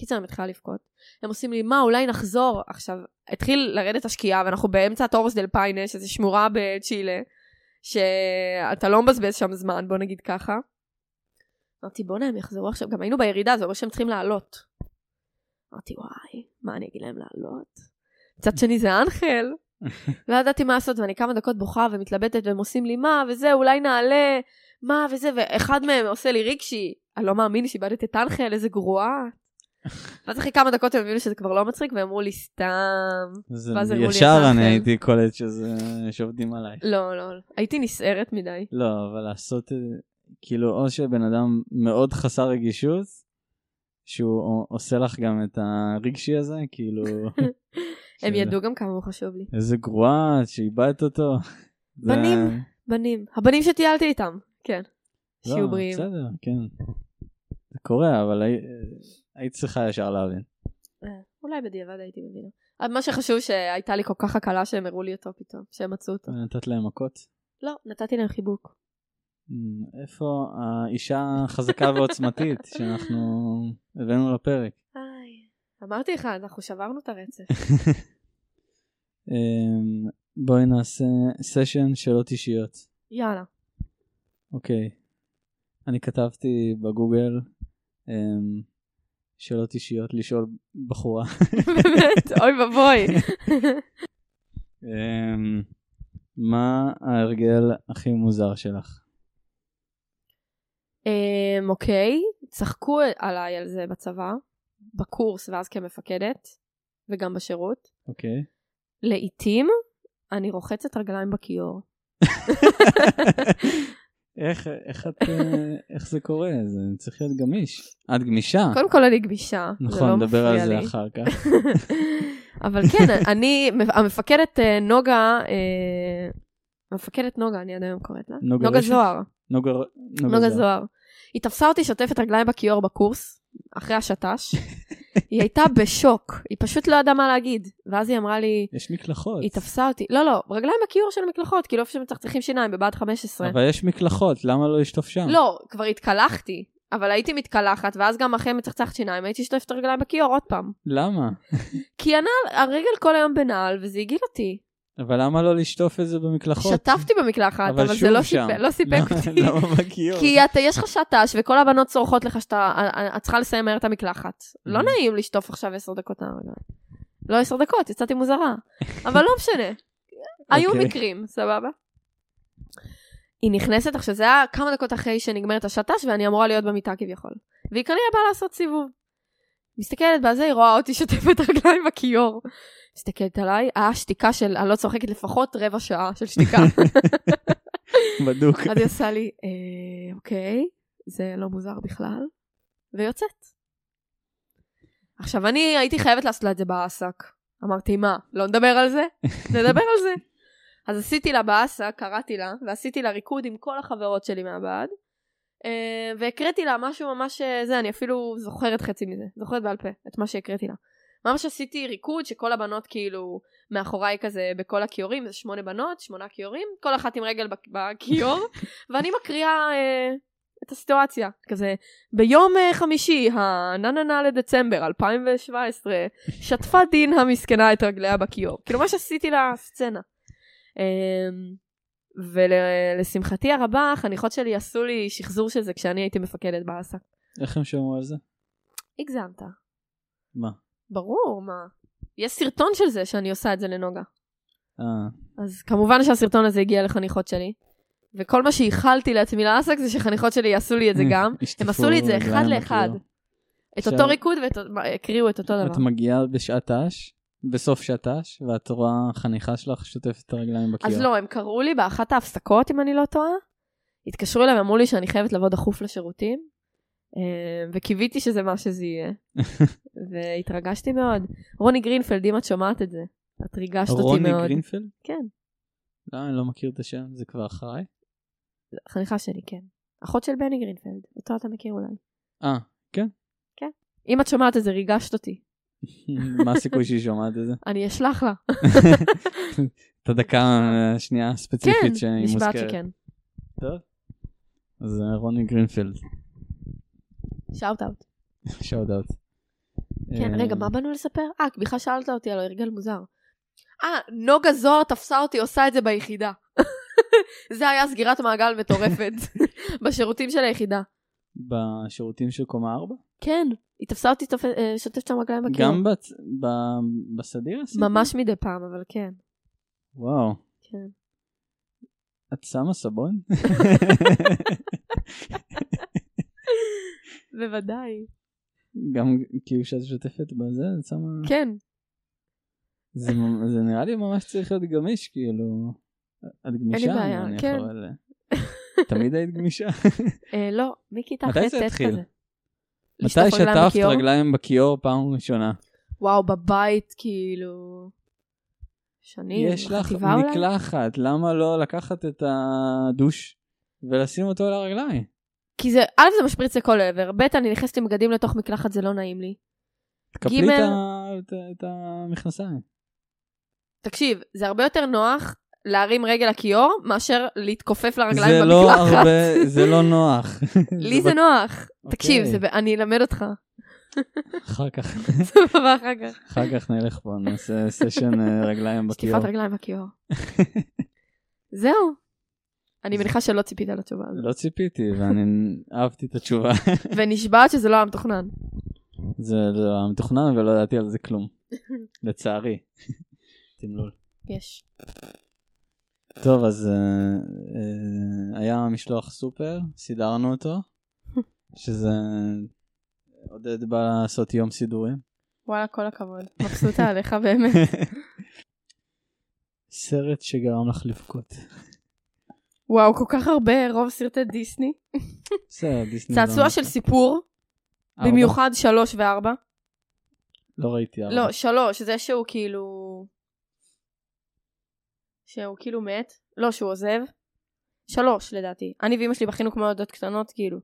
קיצר, אני מתחילה לבכות. הם עושים לי, מה, אולי נחזור. עכשיו, התחיל לרדת השקיעה, ואנחנו באמצע תורס דל פיינה, שזה שמורה בצ'ילה, שאתה לא מבזבז שם זמן, בוא נגיד ככה. אמרתי, בואנה, הם יחזרו עכשיו, גם היינו בירידה, זה אומר שהם צריכים לעלות. אמרתי, וואי, מה אני אגיד להם לעלות? מצד שני זה אנחל. לא ידעתי מה לעשות, ואני כמה דקות בוכה ומתלבטת, והם עושים לי מה, וזה, אולי נעלה, מה, וזה, ואחד מהם עושה לי רגשי, אני לא מאמין שאיבדת את אנחל, איזה גרועה. ואז אחרי כמה דקות הם הבינו שזה כבר לא מצחיק, והם אמרו לי, סתם.
זה
ואז אמרו לי,
ישר
"אתה
אני
אחל".
הייתי קולט שזה, שעובדים עליי.
לא, לא, לא. הייתי נסערת מדי.
לא, אבל לעשות, אה, כאילו, או שבן אדם מאוד חסר רגישות, שהוא ע- עושה לך גם את הרגשי הזה, כאילו...
הם
שזה-
ידעו גם כמה הוא חשוב לי.
איזה גרועה, שאיבדת אותו. זה-
בנים. בנים. הבנים שטיילתי איתם. כן.
לא,
שיהיו בריאים.
בסדר, כן. זה קורה, אבל הי- היית צריכה ישר להבין.
אה, אולי בדיעבד הייתי מבינה. אבל מה שחשוב שהייתה לי כל כך הקלה שהם הראו לי אותו פתאום, שהם מצאו אותו.
נתת להם מכות?
לא, נתתי להם חיבוק.
אמ, איפה האישה החזקה ועוצמתית שאנחנו הבאנו לפרק?
איי. אמרתי לך, אנחנו שברנו את הרצף.
אמ, בואי נעשה סשן שאלות אישיות.
יאללה.
אוקיי. אני כתבתי בגוגל אמ, שאלות אישיות לשאול בחורה.
באמת, אוי ואבוי.
אמ, מה ההרגל הכי מוזר שלך?
אמ, אוקיי, צחקו עליי על זה בצבא, בקורס ואז כמפקדת, וגם בשירות.
אוקיי.
לעתים אני רוחצת רגליים בכיור.
איך, איך, את, אה, איך זה קורה? זה צריך להיות גמיש. את גמישה.
קודם כל אני גמישה, זה לא
אה. נכון, נדבר
מפריע
על
לי.
זה אחר כך.
אבל כן, אני, המפקדת אה, נוגה, אה, מפקדת נוגה, אני עד היום קוראת לה.
נוגה
נוגה
רשף?
זוהר.
נוגה,
נוגה
זוהר.
זוהר. היא תפסה אותי שוטפת רגליים בכיור בקורס, אחרי השטש. היא הייתה בשוק, היא פשוט לא ידעה מה להגיד. ואז היא אמרה לי,
יש מקלחות.
היא תפסה אותי, לא, לא, רגליים בכיור של מקלחות, כאילו איפה שמצחצחים שיניים, בבה"ד 15.
אבל יש מקלחות, למה לא לשטוף שם?
לא, כבר התקלחתי, אבל הייתי מתקלחת, ואז גם אחרי מצחצחת שיניים הייתי שטפת רגליים בכיור עוד פעם.
למה?
כי הנעל, הרגל כל היום בנעל, וזה הגעיל אותי.
אבל למה לא לשטוף את זה במקלחות?
שטפתי במקלחת,
נכון. אבל
אבל זה
שוב
לא
שם.
סיפק- לא סיפק
למה-
אותי.
למה בכיור?
כי אתה, יש לך שעטש, וכל הבנות צורחות לך שאתה, אה, את צריכה לסיים מהר את המקלחת. לא
Mhm.
נעים לשטוף עכשיו עשר דקות מהרגע. לא עשר דקות, יצאתי מוזרה. אבל לא משנה. היו
אוקיי.
מקרים, סבבה? היא נכנסת, עכשיו זה היה כמה דקות אחרי שנגמרת השעטש, ואני אמורה להיות במיטה כביכול. והיא כנראה באה לעשות סיבוב. מסתכלת בזה, היא רואה אותי שוטפת רגליים בכיור. מסתכלת עליי, היה שתיקה של, אני לא צוחקת, לפחות רבע שעה של שתיקה.
בדוק.
אז היא עושה לי, "אה, אוקיי, זה לא מוזר בכלל, ויוצאת. עכשיו, אני הייתי חייבת לעשות לה את זה באסק. אמרתי, מה, לא נדבר על זה? נדבר על זה. אז עשיתי לה באסק, קראתי לה, ועשיתי לה ריקוד עם כל החברות שלי מהבעד, אה, והקראתי לה משהו ממש אה, זה, אני אפילו זוכרת חצי מזה, זוכרת בעל פה את מה שהקראתי לה. ממש עשיתי ריקוד שכל הבנות כאילו מאחוריי כזה בכל הכיורים, זה שמונה בנות, שמונה כיורים, כל אחת עם רגל בכ- בכיור, ואני מקריאה אה, את הסיטואציה, כזה, ביום אה, חמישי, הנננה לדצמבר 2017, שטפה דין המסכנה את רגליה בכיור. כאילו מה שעשיתי לסצנה. אמ, ולשמחתי הרבה, החניכות שלי עשו לי שחזור של זה כשאני הייתי מפקדת באס"ק.
איך הם שמעו על זה?
הגזמת.
מה?
ברור, מה. יש סרטון של זה שאני עושה את זה לנוגה.
אה,
אז כמובן שהסרטון הזה הגיע לחניכות שלי, וכל מה שאיחלתי לעצמי לעסק זה שחניכות שלי יעשו לי את זה
Mm.
גם. הם
השתתפו
עשו לי את זה אחד
רגליים
לאחד. לא,
בכיור.
את
עכשיו-
אותו ריקוד והקריאו את אותו
כאילו. את
דבר.
מגיעה בשעתש, בסוף שעתש, ואת רואה חניכה שלך שוטפת את הרגליים בכיור.
אז לא, הם קראו לי באחת ההפסקות, אם אני לא טועה. התקשרו אליי ואמרו לי שאני חייבת לבוא דחוף לשירותים, אה, וקיוויתי שזה מה שזה יהיה. והתרגשתי מאוד. רוני גרינפלד, אם את שומעת את זה, את ריגשת אותי
רוני
מאוד.
גרינפלד?
כן,
לא, אני לא מכיר את השם, זה כבר אחריי.
חניכה שלי, כן. אחות של בני גרינפלד, אותו אתה מכיר אולי.
אה,
אם את שומעת את זה, ריגשת אותי.
מה הסיכוי שהיא שומעת את זה?
אני אשלח לה.
את הדקה השנייה
כן,
הספציפית שהיא מוזכרת.
נשבעת שכן.
טוב. אז אה, רוני גרינפלד,
שאוט אאוט.
שאוט אאוט.
כן, רגע, מה באנו לספר? אה, בכלל שאלת אותי על הרגל מוזר. אה, נוגה זוהר תפסה אותי, עושה את זה ביחידה. זה היה סגירת מעגל מטורפת בשירותים של היחידה.
בשירותים של קומה 4?
כן, היא תפסה אותי תופ- אה, שוטפת שם רגליים בקיום.
גם בצ... ב... בסדיר עשית?
ממש מדי פעם, אבל כן.
וואו.
כן.
את שמה סבון?
בוודאי.
גם כאילו שאת שותפת בזה, את שמה...
כן.
זה, ממ- זה נראה לי ממש צריך להיות גמיש, כאילו... את גמישה?
בעיה,
אני
כן.
יכול- אה, תמיד היית גמישה.
אה, לא, מכיתה ח'
מתי זה
ט'
התחיל?
כזה.
מתי
לשטוף רגליים
שטפת
בכיור?
רגליים בכיור פעם ראשונה?
וואו, בבית, כאילו... שנים,
יש לך
חטיבה אולי?
מקלחת, למה לא לקחת את הדוש ולשים אותו על הרגליים?
כי זה, א', זה משפריץ לכל עבר, ב', אני נכנסת עם בגדים לתוך מקלחת, זה לא נעים לי.
תקפלי
גימל.
את ה- את ה- את המכנסיים.
תקשיב, זה הרבה יותר נוח להרים רגל לכיור, מאשר להתכופף לרגליים
זה לא
במקלחת.
הרבה, זה לא נוח.
לי זה נוח. תקשיב,
אוקיי.
זה ב- אני אלמד אותך.
אחר כך,
סבבה, אחר כך.
אחר כך נלך פה, נעשה סשן אה, רגליים בכיור.
שטיפת רגליים בכיור. זהו. אני מניחה שלא ציפית לתשובה הזאת.
לא ציפיתי, ואני אהבתי את התשובה.
ונשבעת שזה לא היה מתוכנן.
זה לא היה מתוכנן ולא ידעתי על זה כלום. לצערי. תמלול.
יש.
טוב, אז אה, אה, היה משלוח סופר, סידרנו אותו, שזה... אה, עודד בא לעשות יום סידורים.
וואלה, כל הכבוד. מבסוטה עליך באמת.
סרט שגרם לך לבכות.
וואו, כל כך הרבה, רוב סרטי דיסני.
בסדר, דיסני.
צעצוע
לא-
של סיפור,
ארבע?
במיוחד שלוש וארבע.
לא ראיתי ארבע.
לא, שלוש, זה שהוא כאילו... שהוא כאילו מת. לא, שהוא עוזב. שלוש, לדעתי. אני ואימא שלי בכינו כמו ילדות קטנות, כאילו.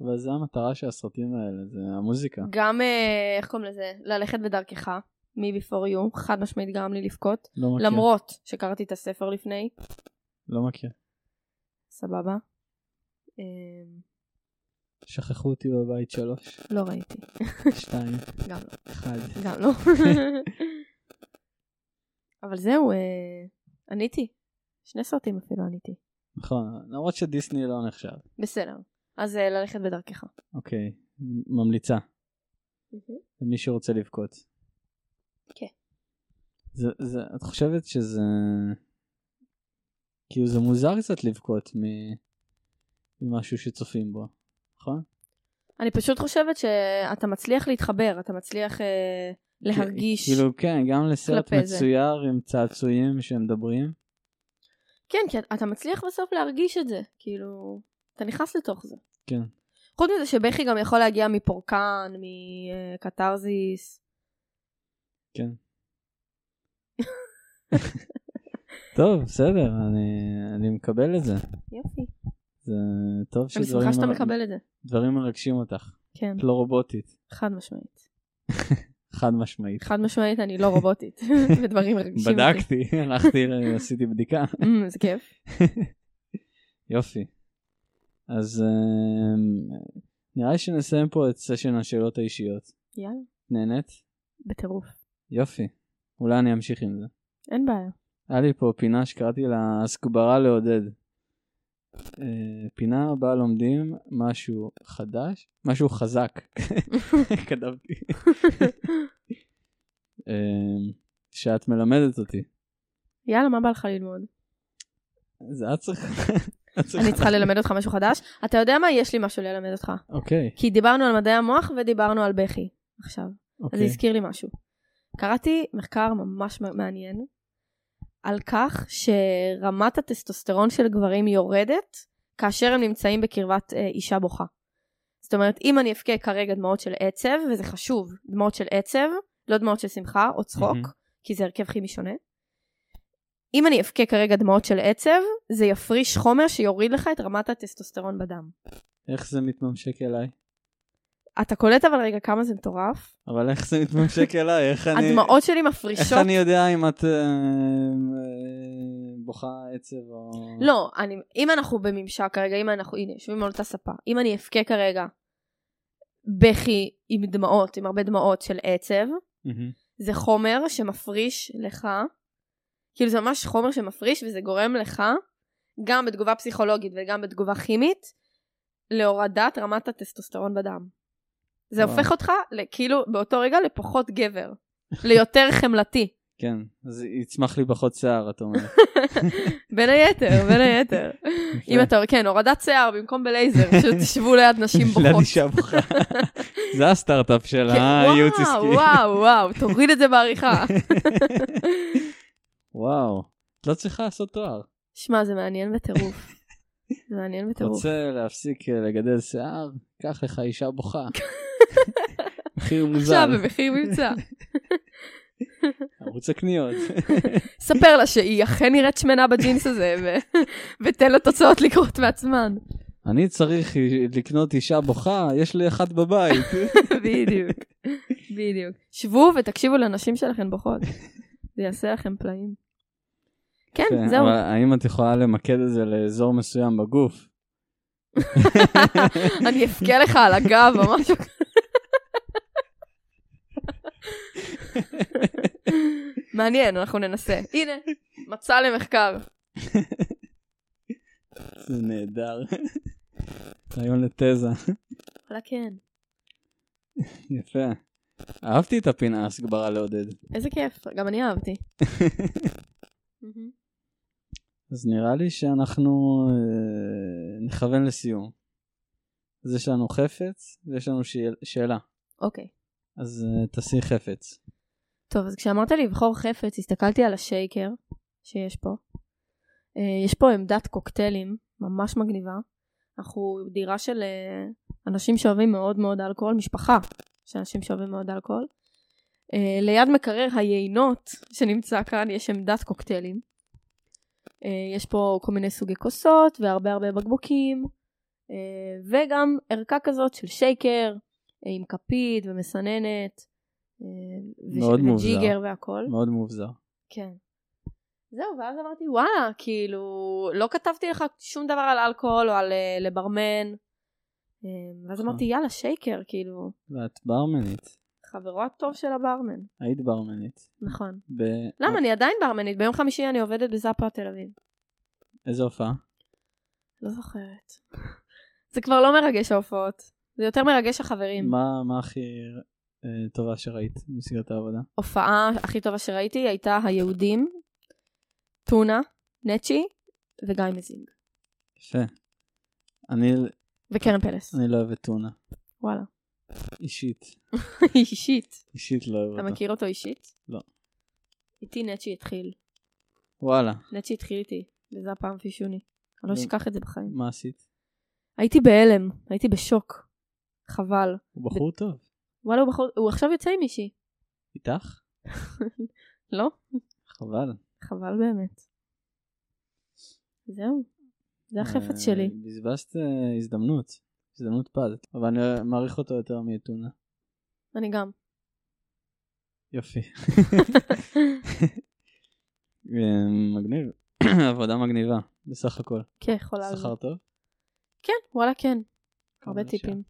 אבל זה המטרה של הסרטים האלה, זה המוזיקה.
גם, אה, איך קוראים לזה? ללכת בדרכך, מ-Before You, חד משמעית גרם לי לבכות.
לא מכיר.
למרות שקראתי את הספר לפני,
לא מכיר.
סבבה. אמ,
שכחו אותי בבית שלוש,
לא ראיתי,
שתיים,
גם לא.
אחד.
גם לא. אבל זהו, אה, עניתי. שני סרטים אפילו עניתי.
נכון, למרות שדיסני לא נחשב.
בסדר. אז אה, ללכת בדרכך.
אוקיי, מ- ממליצה. למי שרוצה לבכות.
כן.
זה, זה, את חושבת שזה... כאילו זה מוזר קצת לבכות מ... ממשהו שצופים בו, נכון?
אני פשוט חושבת שאתה מצליח להתחבר, אתה מצליח אה, להרגיש.
כ- כאילו כן, גם לסרט
כלפי זה.
מצויר עם צעצועים שמדברים.
כן, כי אתה מצליח בסוף להרגיש את זה. כאילו, אתה נכנס לתוך זה.
כן.
חוץ מזה שבכי גם יכול להגיע מפורקן, מקתרזיס.
כן. טוב, בסדר, אני, אני מקבל את זה.
יופי.
זה טוב
אני
שדברים
שמחה שאתה
מר-
מקבל את זה.
דברים מרגשים אותך.
כן,
את לא רובוטית,
חד משמעית.
חד משמעית.
חד משמעית, אני לא רובוטית. ודברים מרגשים. אותי.
בדקתי, הלכתי, עשיתי בדיקה.
אמ, זה כיף.
יופי. אז אמ, נראה לי שנסיים פה את סשן השאלות האישיות.
יאללה,
נהנית?
בטירוף.
יופי. אולי אני אמשיך עם זה.
אין בעיה.
היה לי פה פינה שקראתי לה הסגברה לעודד. אה, פינה בה לומדים משהו חדש, משהו חזק. כתבתי. אמ, שאת מלמדת אותי.
יאללה, מה בא לך ללמוד?
זה את צריכה... את צריכה-
אני צריכה ללמד אותך משהו חדש. אתה יודע מה? יש לי משהו ללמד אותך.
אוקיי,
כי דיברנו על מדעי המוח ודיברנו על בכי עכשיו. אז זה
אוקיי.
הזכיר לי משהו. קראתי מחקר ממש מ- מעניין על כך שרמת הטסטוסטרון של גברים יורדת כאשר הם נמצאים בקרבת אה, אישה בוכה. זאת אומרת, אם אני אבכה כרגע דמעות של עצב, וזה חשוב, דמעות של עצב, לא דמעות של שמחה או צחוק,
מהמם.
כי זה הרכב כימי שונה. אם אני אבכה כרגע דמעות של עצב, זה יפריש חומר שיוריד לך את רמת הטסטוסטרון בדם.
איך זה מתממשק אליי?
אתה קולט אבל רגע כמה זה מטורף?
אבל איך זה מתממשק אליי? איך אני...
הדמעות שלי
איך
מפרישות
אני יודע אם את אה, אה, בוכה עצב או...
לא, אני, אם אנחנו בממשק כרגע, אם לא אנחנו, הנה, יושבים על אותה ספה, אם אני אבכה כרגע בכי עם דמעות, עם הרבה דמעות של עצב,
מהמם.
זה חומר שמפריש לך, כאילו זה ממש חומר שמפריש וזה גורם לך, גם בתגובה פסיכולוגית וגם בתגובה כימית, להורדת רמת הטסטוסטרון בדם. זה
וואו.
הופך אותך, ל- כאילו, באותו רגע לפחות גבר, ליותר חמלתי.
כן, אז יצמח לי פחות שיער, את אומרת.
בין היתר, בין היתר. אם
יפה.
אתה, כן, הורדת שיער במקום בלייזר, שתשבו ליד נשים
ליד
בוכות.
כן. אישה בוכה. זה הסטארט-אפ של
כן,
הייעוץ
וואו,
עסקי.
וואו, וואו, תוריד את זה בעריכה.
וואו, את לא צריכה לעשות תואר.
שמע, זה מעניין בטירוף. זה מעניין בטירוף.
רוצה להפסיק אה, לגדל שיער? קח לך אישה בוכה. מחיר
עכשיו,
מוזל,
במחיר מבצע.
ערוץ הקניות.
ספר לה שהיא אכן נראית שמנה בג'ינס הזה, ו- ותן לתוצאות לקרות מעצמן.
אני צריך לקנות אישה בוכה, יש לי אחת בבית.
בדיוק, בדיוק. שבו ותקשיבו לנשים שלכם בוכות. זה יעשה לכם פלאים. כן,
כן,
זהו.
אבל האם את יכולה למקד את זה לאזור מסוים בגוף?
אני אבכה לך על הגב או משהו כזה. מעניין, אנחנו ננסה. הנה, מצע למחקר.
זה נהדר. רעיון לתזה.
וואלה כן.
יפה. אהבתי את הפינה הסגברה לעודד.
איזה כיף, גם אני אהבתי.
אז נראה לי שאנחנו אה, נכוון לסיום. אז יש לנו חפץ ויש לנו שאל, שאלה.
אוקיי.
אז אה, תעשי חפץ.
טוב, אז כשאמרת לי לבחור חפץ, הסתכלתי על השייקר שיש פה. אה, יש פה עמדת קוקטיילים, ממש מגניבה. אנחנו דירה של אה, אנשים שאוהבים מאוד מאוד אלכוהול, משפחה של אנשים שאוהבים מאוד אלכוהול. אה, ליד מקרר היינות שנמצא כאן, יש עמדת קוקטיילים. אה, יש פה כל מיני סוגי כוסות והרבה הרבה בקבוקים, אה, וגם ערכה כזאת של שייקר, אה, עם כפית ומסננת. אה, וש-
מאוד מוזר.
וג'יגר והכל.
מאוד מובזר.
כן. זהו, ואז אמרתי, וואלה, כאילו, לא כתבתי לך שום דבר על אלכוהול או על אה, לברמן. אה, ואז
נכון.
אמרתי, יאללה, שייקר, כאילו,
ואת ברמנית.
חברו הטוב של הברמן.
היית ברמנית.
נכון.
ב...
למה? אני עדיין ברמנית, ביום חמישי אני עובדת בזאפה תל אביב.
איזה הופעה?
לא זוכרת. זה כבר לא מרגש ההופעות, זה יותר מרגש החברים.
מה, מה הכי אה, טובה שראית במסגרת העבודה?
ההופעה הכי טובה שראיתי הייתה היהודים, טונה, נצ'י וגיא מזינג.
יפה. אני,
וקרן פלס.
אני לא אוהב את טונה.
וואלה.
אישית.
אישית.
אישית לא אוהב
אתה
אותו.
מכיר אותו אישית?
לא.
איתי נצ'י התחיל.
וואלה.
נצ'י התחיל איתי, וזה הפעם פישוני. אני לא
נו.
אשכח את זה בחיים.
מה עשית?
הייתי בהלם, הייתי בשוק. חבל.
הוא בחור טוב.
וואלה, הוא בחור... הוא עכשיו יוצא עם מישהי.
איתך?
לא?
חבל.
חבל באמת. זהו. זה החפץ
אה,
שלי.
בזבזת אה, הזדמנות. הזדמנות פז. אבל אני מעריך אותו יותר מטונה.
אני גם.
יופי. אה, מגניב. עבודה מגניבה, בסך הכל.
כן, יכולה... על זה.
שכר טוב?
כן, וואלה, כן.
כמה
הרבה
לשעה?
טיפים.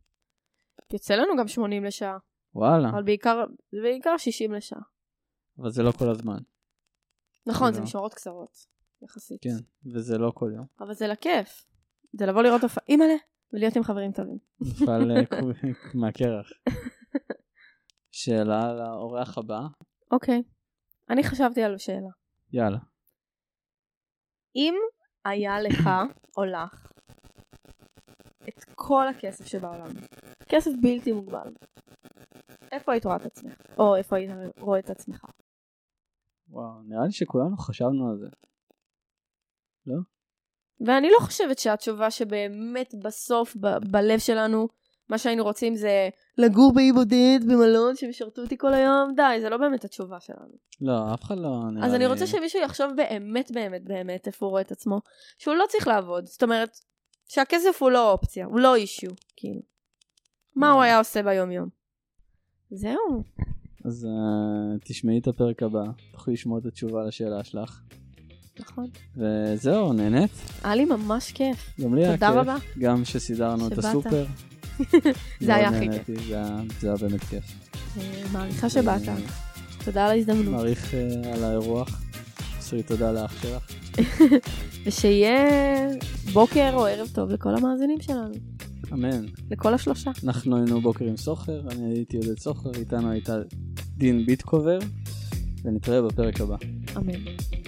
יוצא לנו גם 80 לשעה,
וואלה.
אבל בעיקר, זה בעיקר 60 לשעה.
אבל זה לא כל הזמן.
נכון, זה
לא.
משמרות קצרות, יחסית.
כן. וזה לא כל יום.
אבל זה לכיף. זה לבוא לראות הופעה, אימא'לה, ולהיות עם חברים טובים.
נפל אה, קו- מהקרח. שאלה לאורח הבא?
אוקיי. אני חשבתי על שאלה.
יאללה.
אם היה לך או לך את כל הכסף שבעולם, כסף בלתי מוגבל, איפה היית רואה את עצמך? או איפה היית רואה את עצמך?
וואו, נראה לי שכולנו חשבנו על זה.
ואני לא חושבת שהתשובה שבאמת בסוף, ב- בלב שלנו, מה שהיינו רוצים זה לגור באי בודד במלון שמשרתו אותי כל היום, די, זה לא באמת התשובה שלנו.
לא, אף אחד לא נראה
אז אני
לי-
רוצה שמישהו יחשוב באמת באמת באמת איפה הוא רואה את עצמו, שהוא לא צריך לעבוד, זאת אומרת, שהכסף הוא לא אופציה, הוא לא אישיו, כאילו. מה הוא היה עושה ביום יום? זהו,
אז אה, תשמעי את הפרק הבא, תוכלי לשמוע את התשובה לשאלה שלך.
נכון.
וזהו, נהנית?
היה לי ממש כיף.
גם לי היה כיף.
תודה רבה.
גם שסידרנו את
שבאת.
הסופר.
זה היה
מאוד
הכי
נהניתי, זה היה- זה היה באמת כיף.
אה, מעריכה שבאת,
אה,
תודה על ההזדמנות.
מעריך אה, על האירוח. תסרי תודה לאח שלך.
ושיהיה בוקר או ערב טוב לכל המאזינים שלנו,
אמן.
לכל השלושה.
אנחנו היינו בוקר עם סוחר, אני הייתי עודד סוחר, איתנו הייתה דין ביטקובר, ונתראה בפרק הבא.
אמן.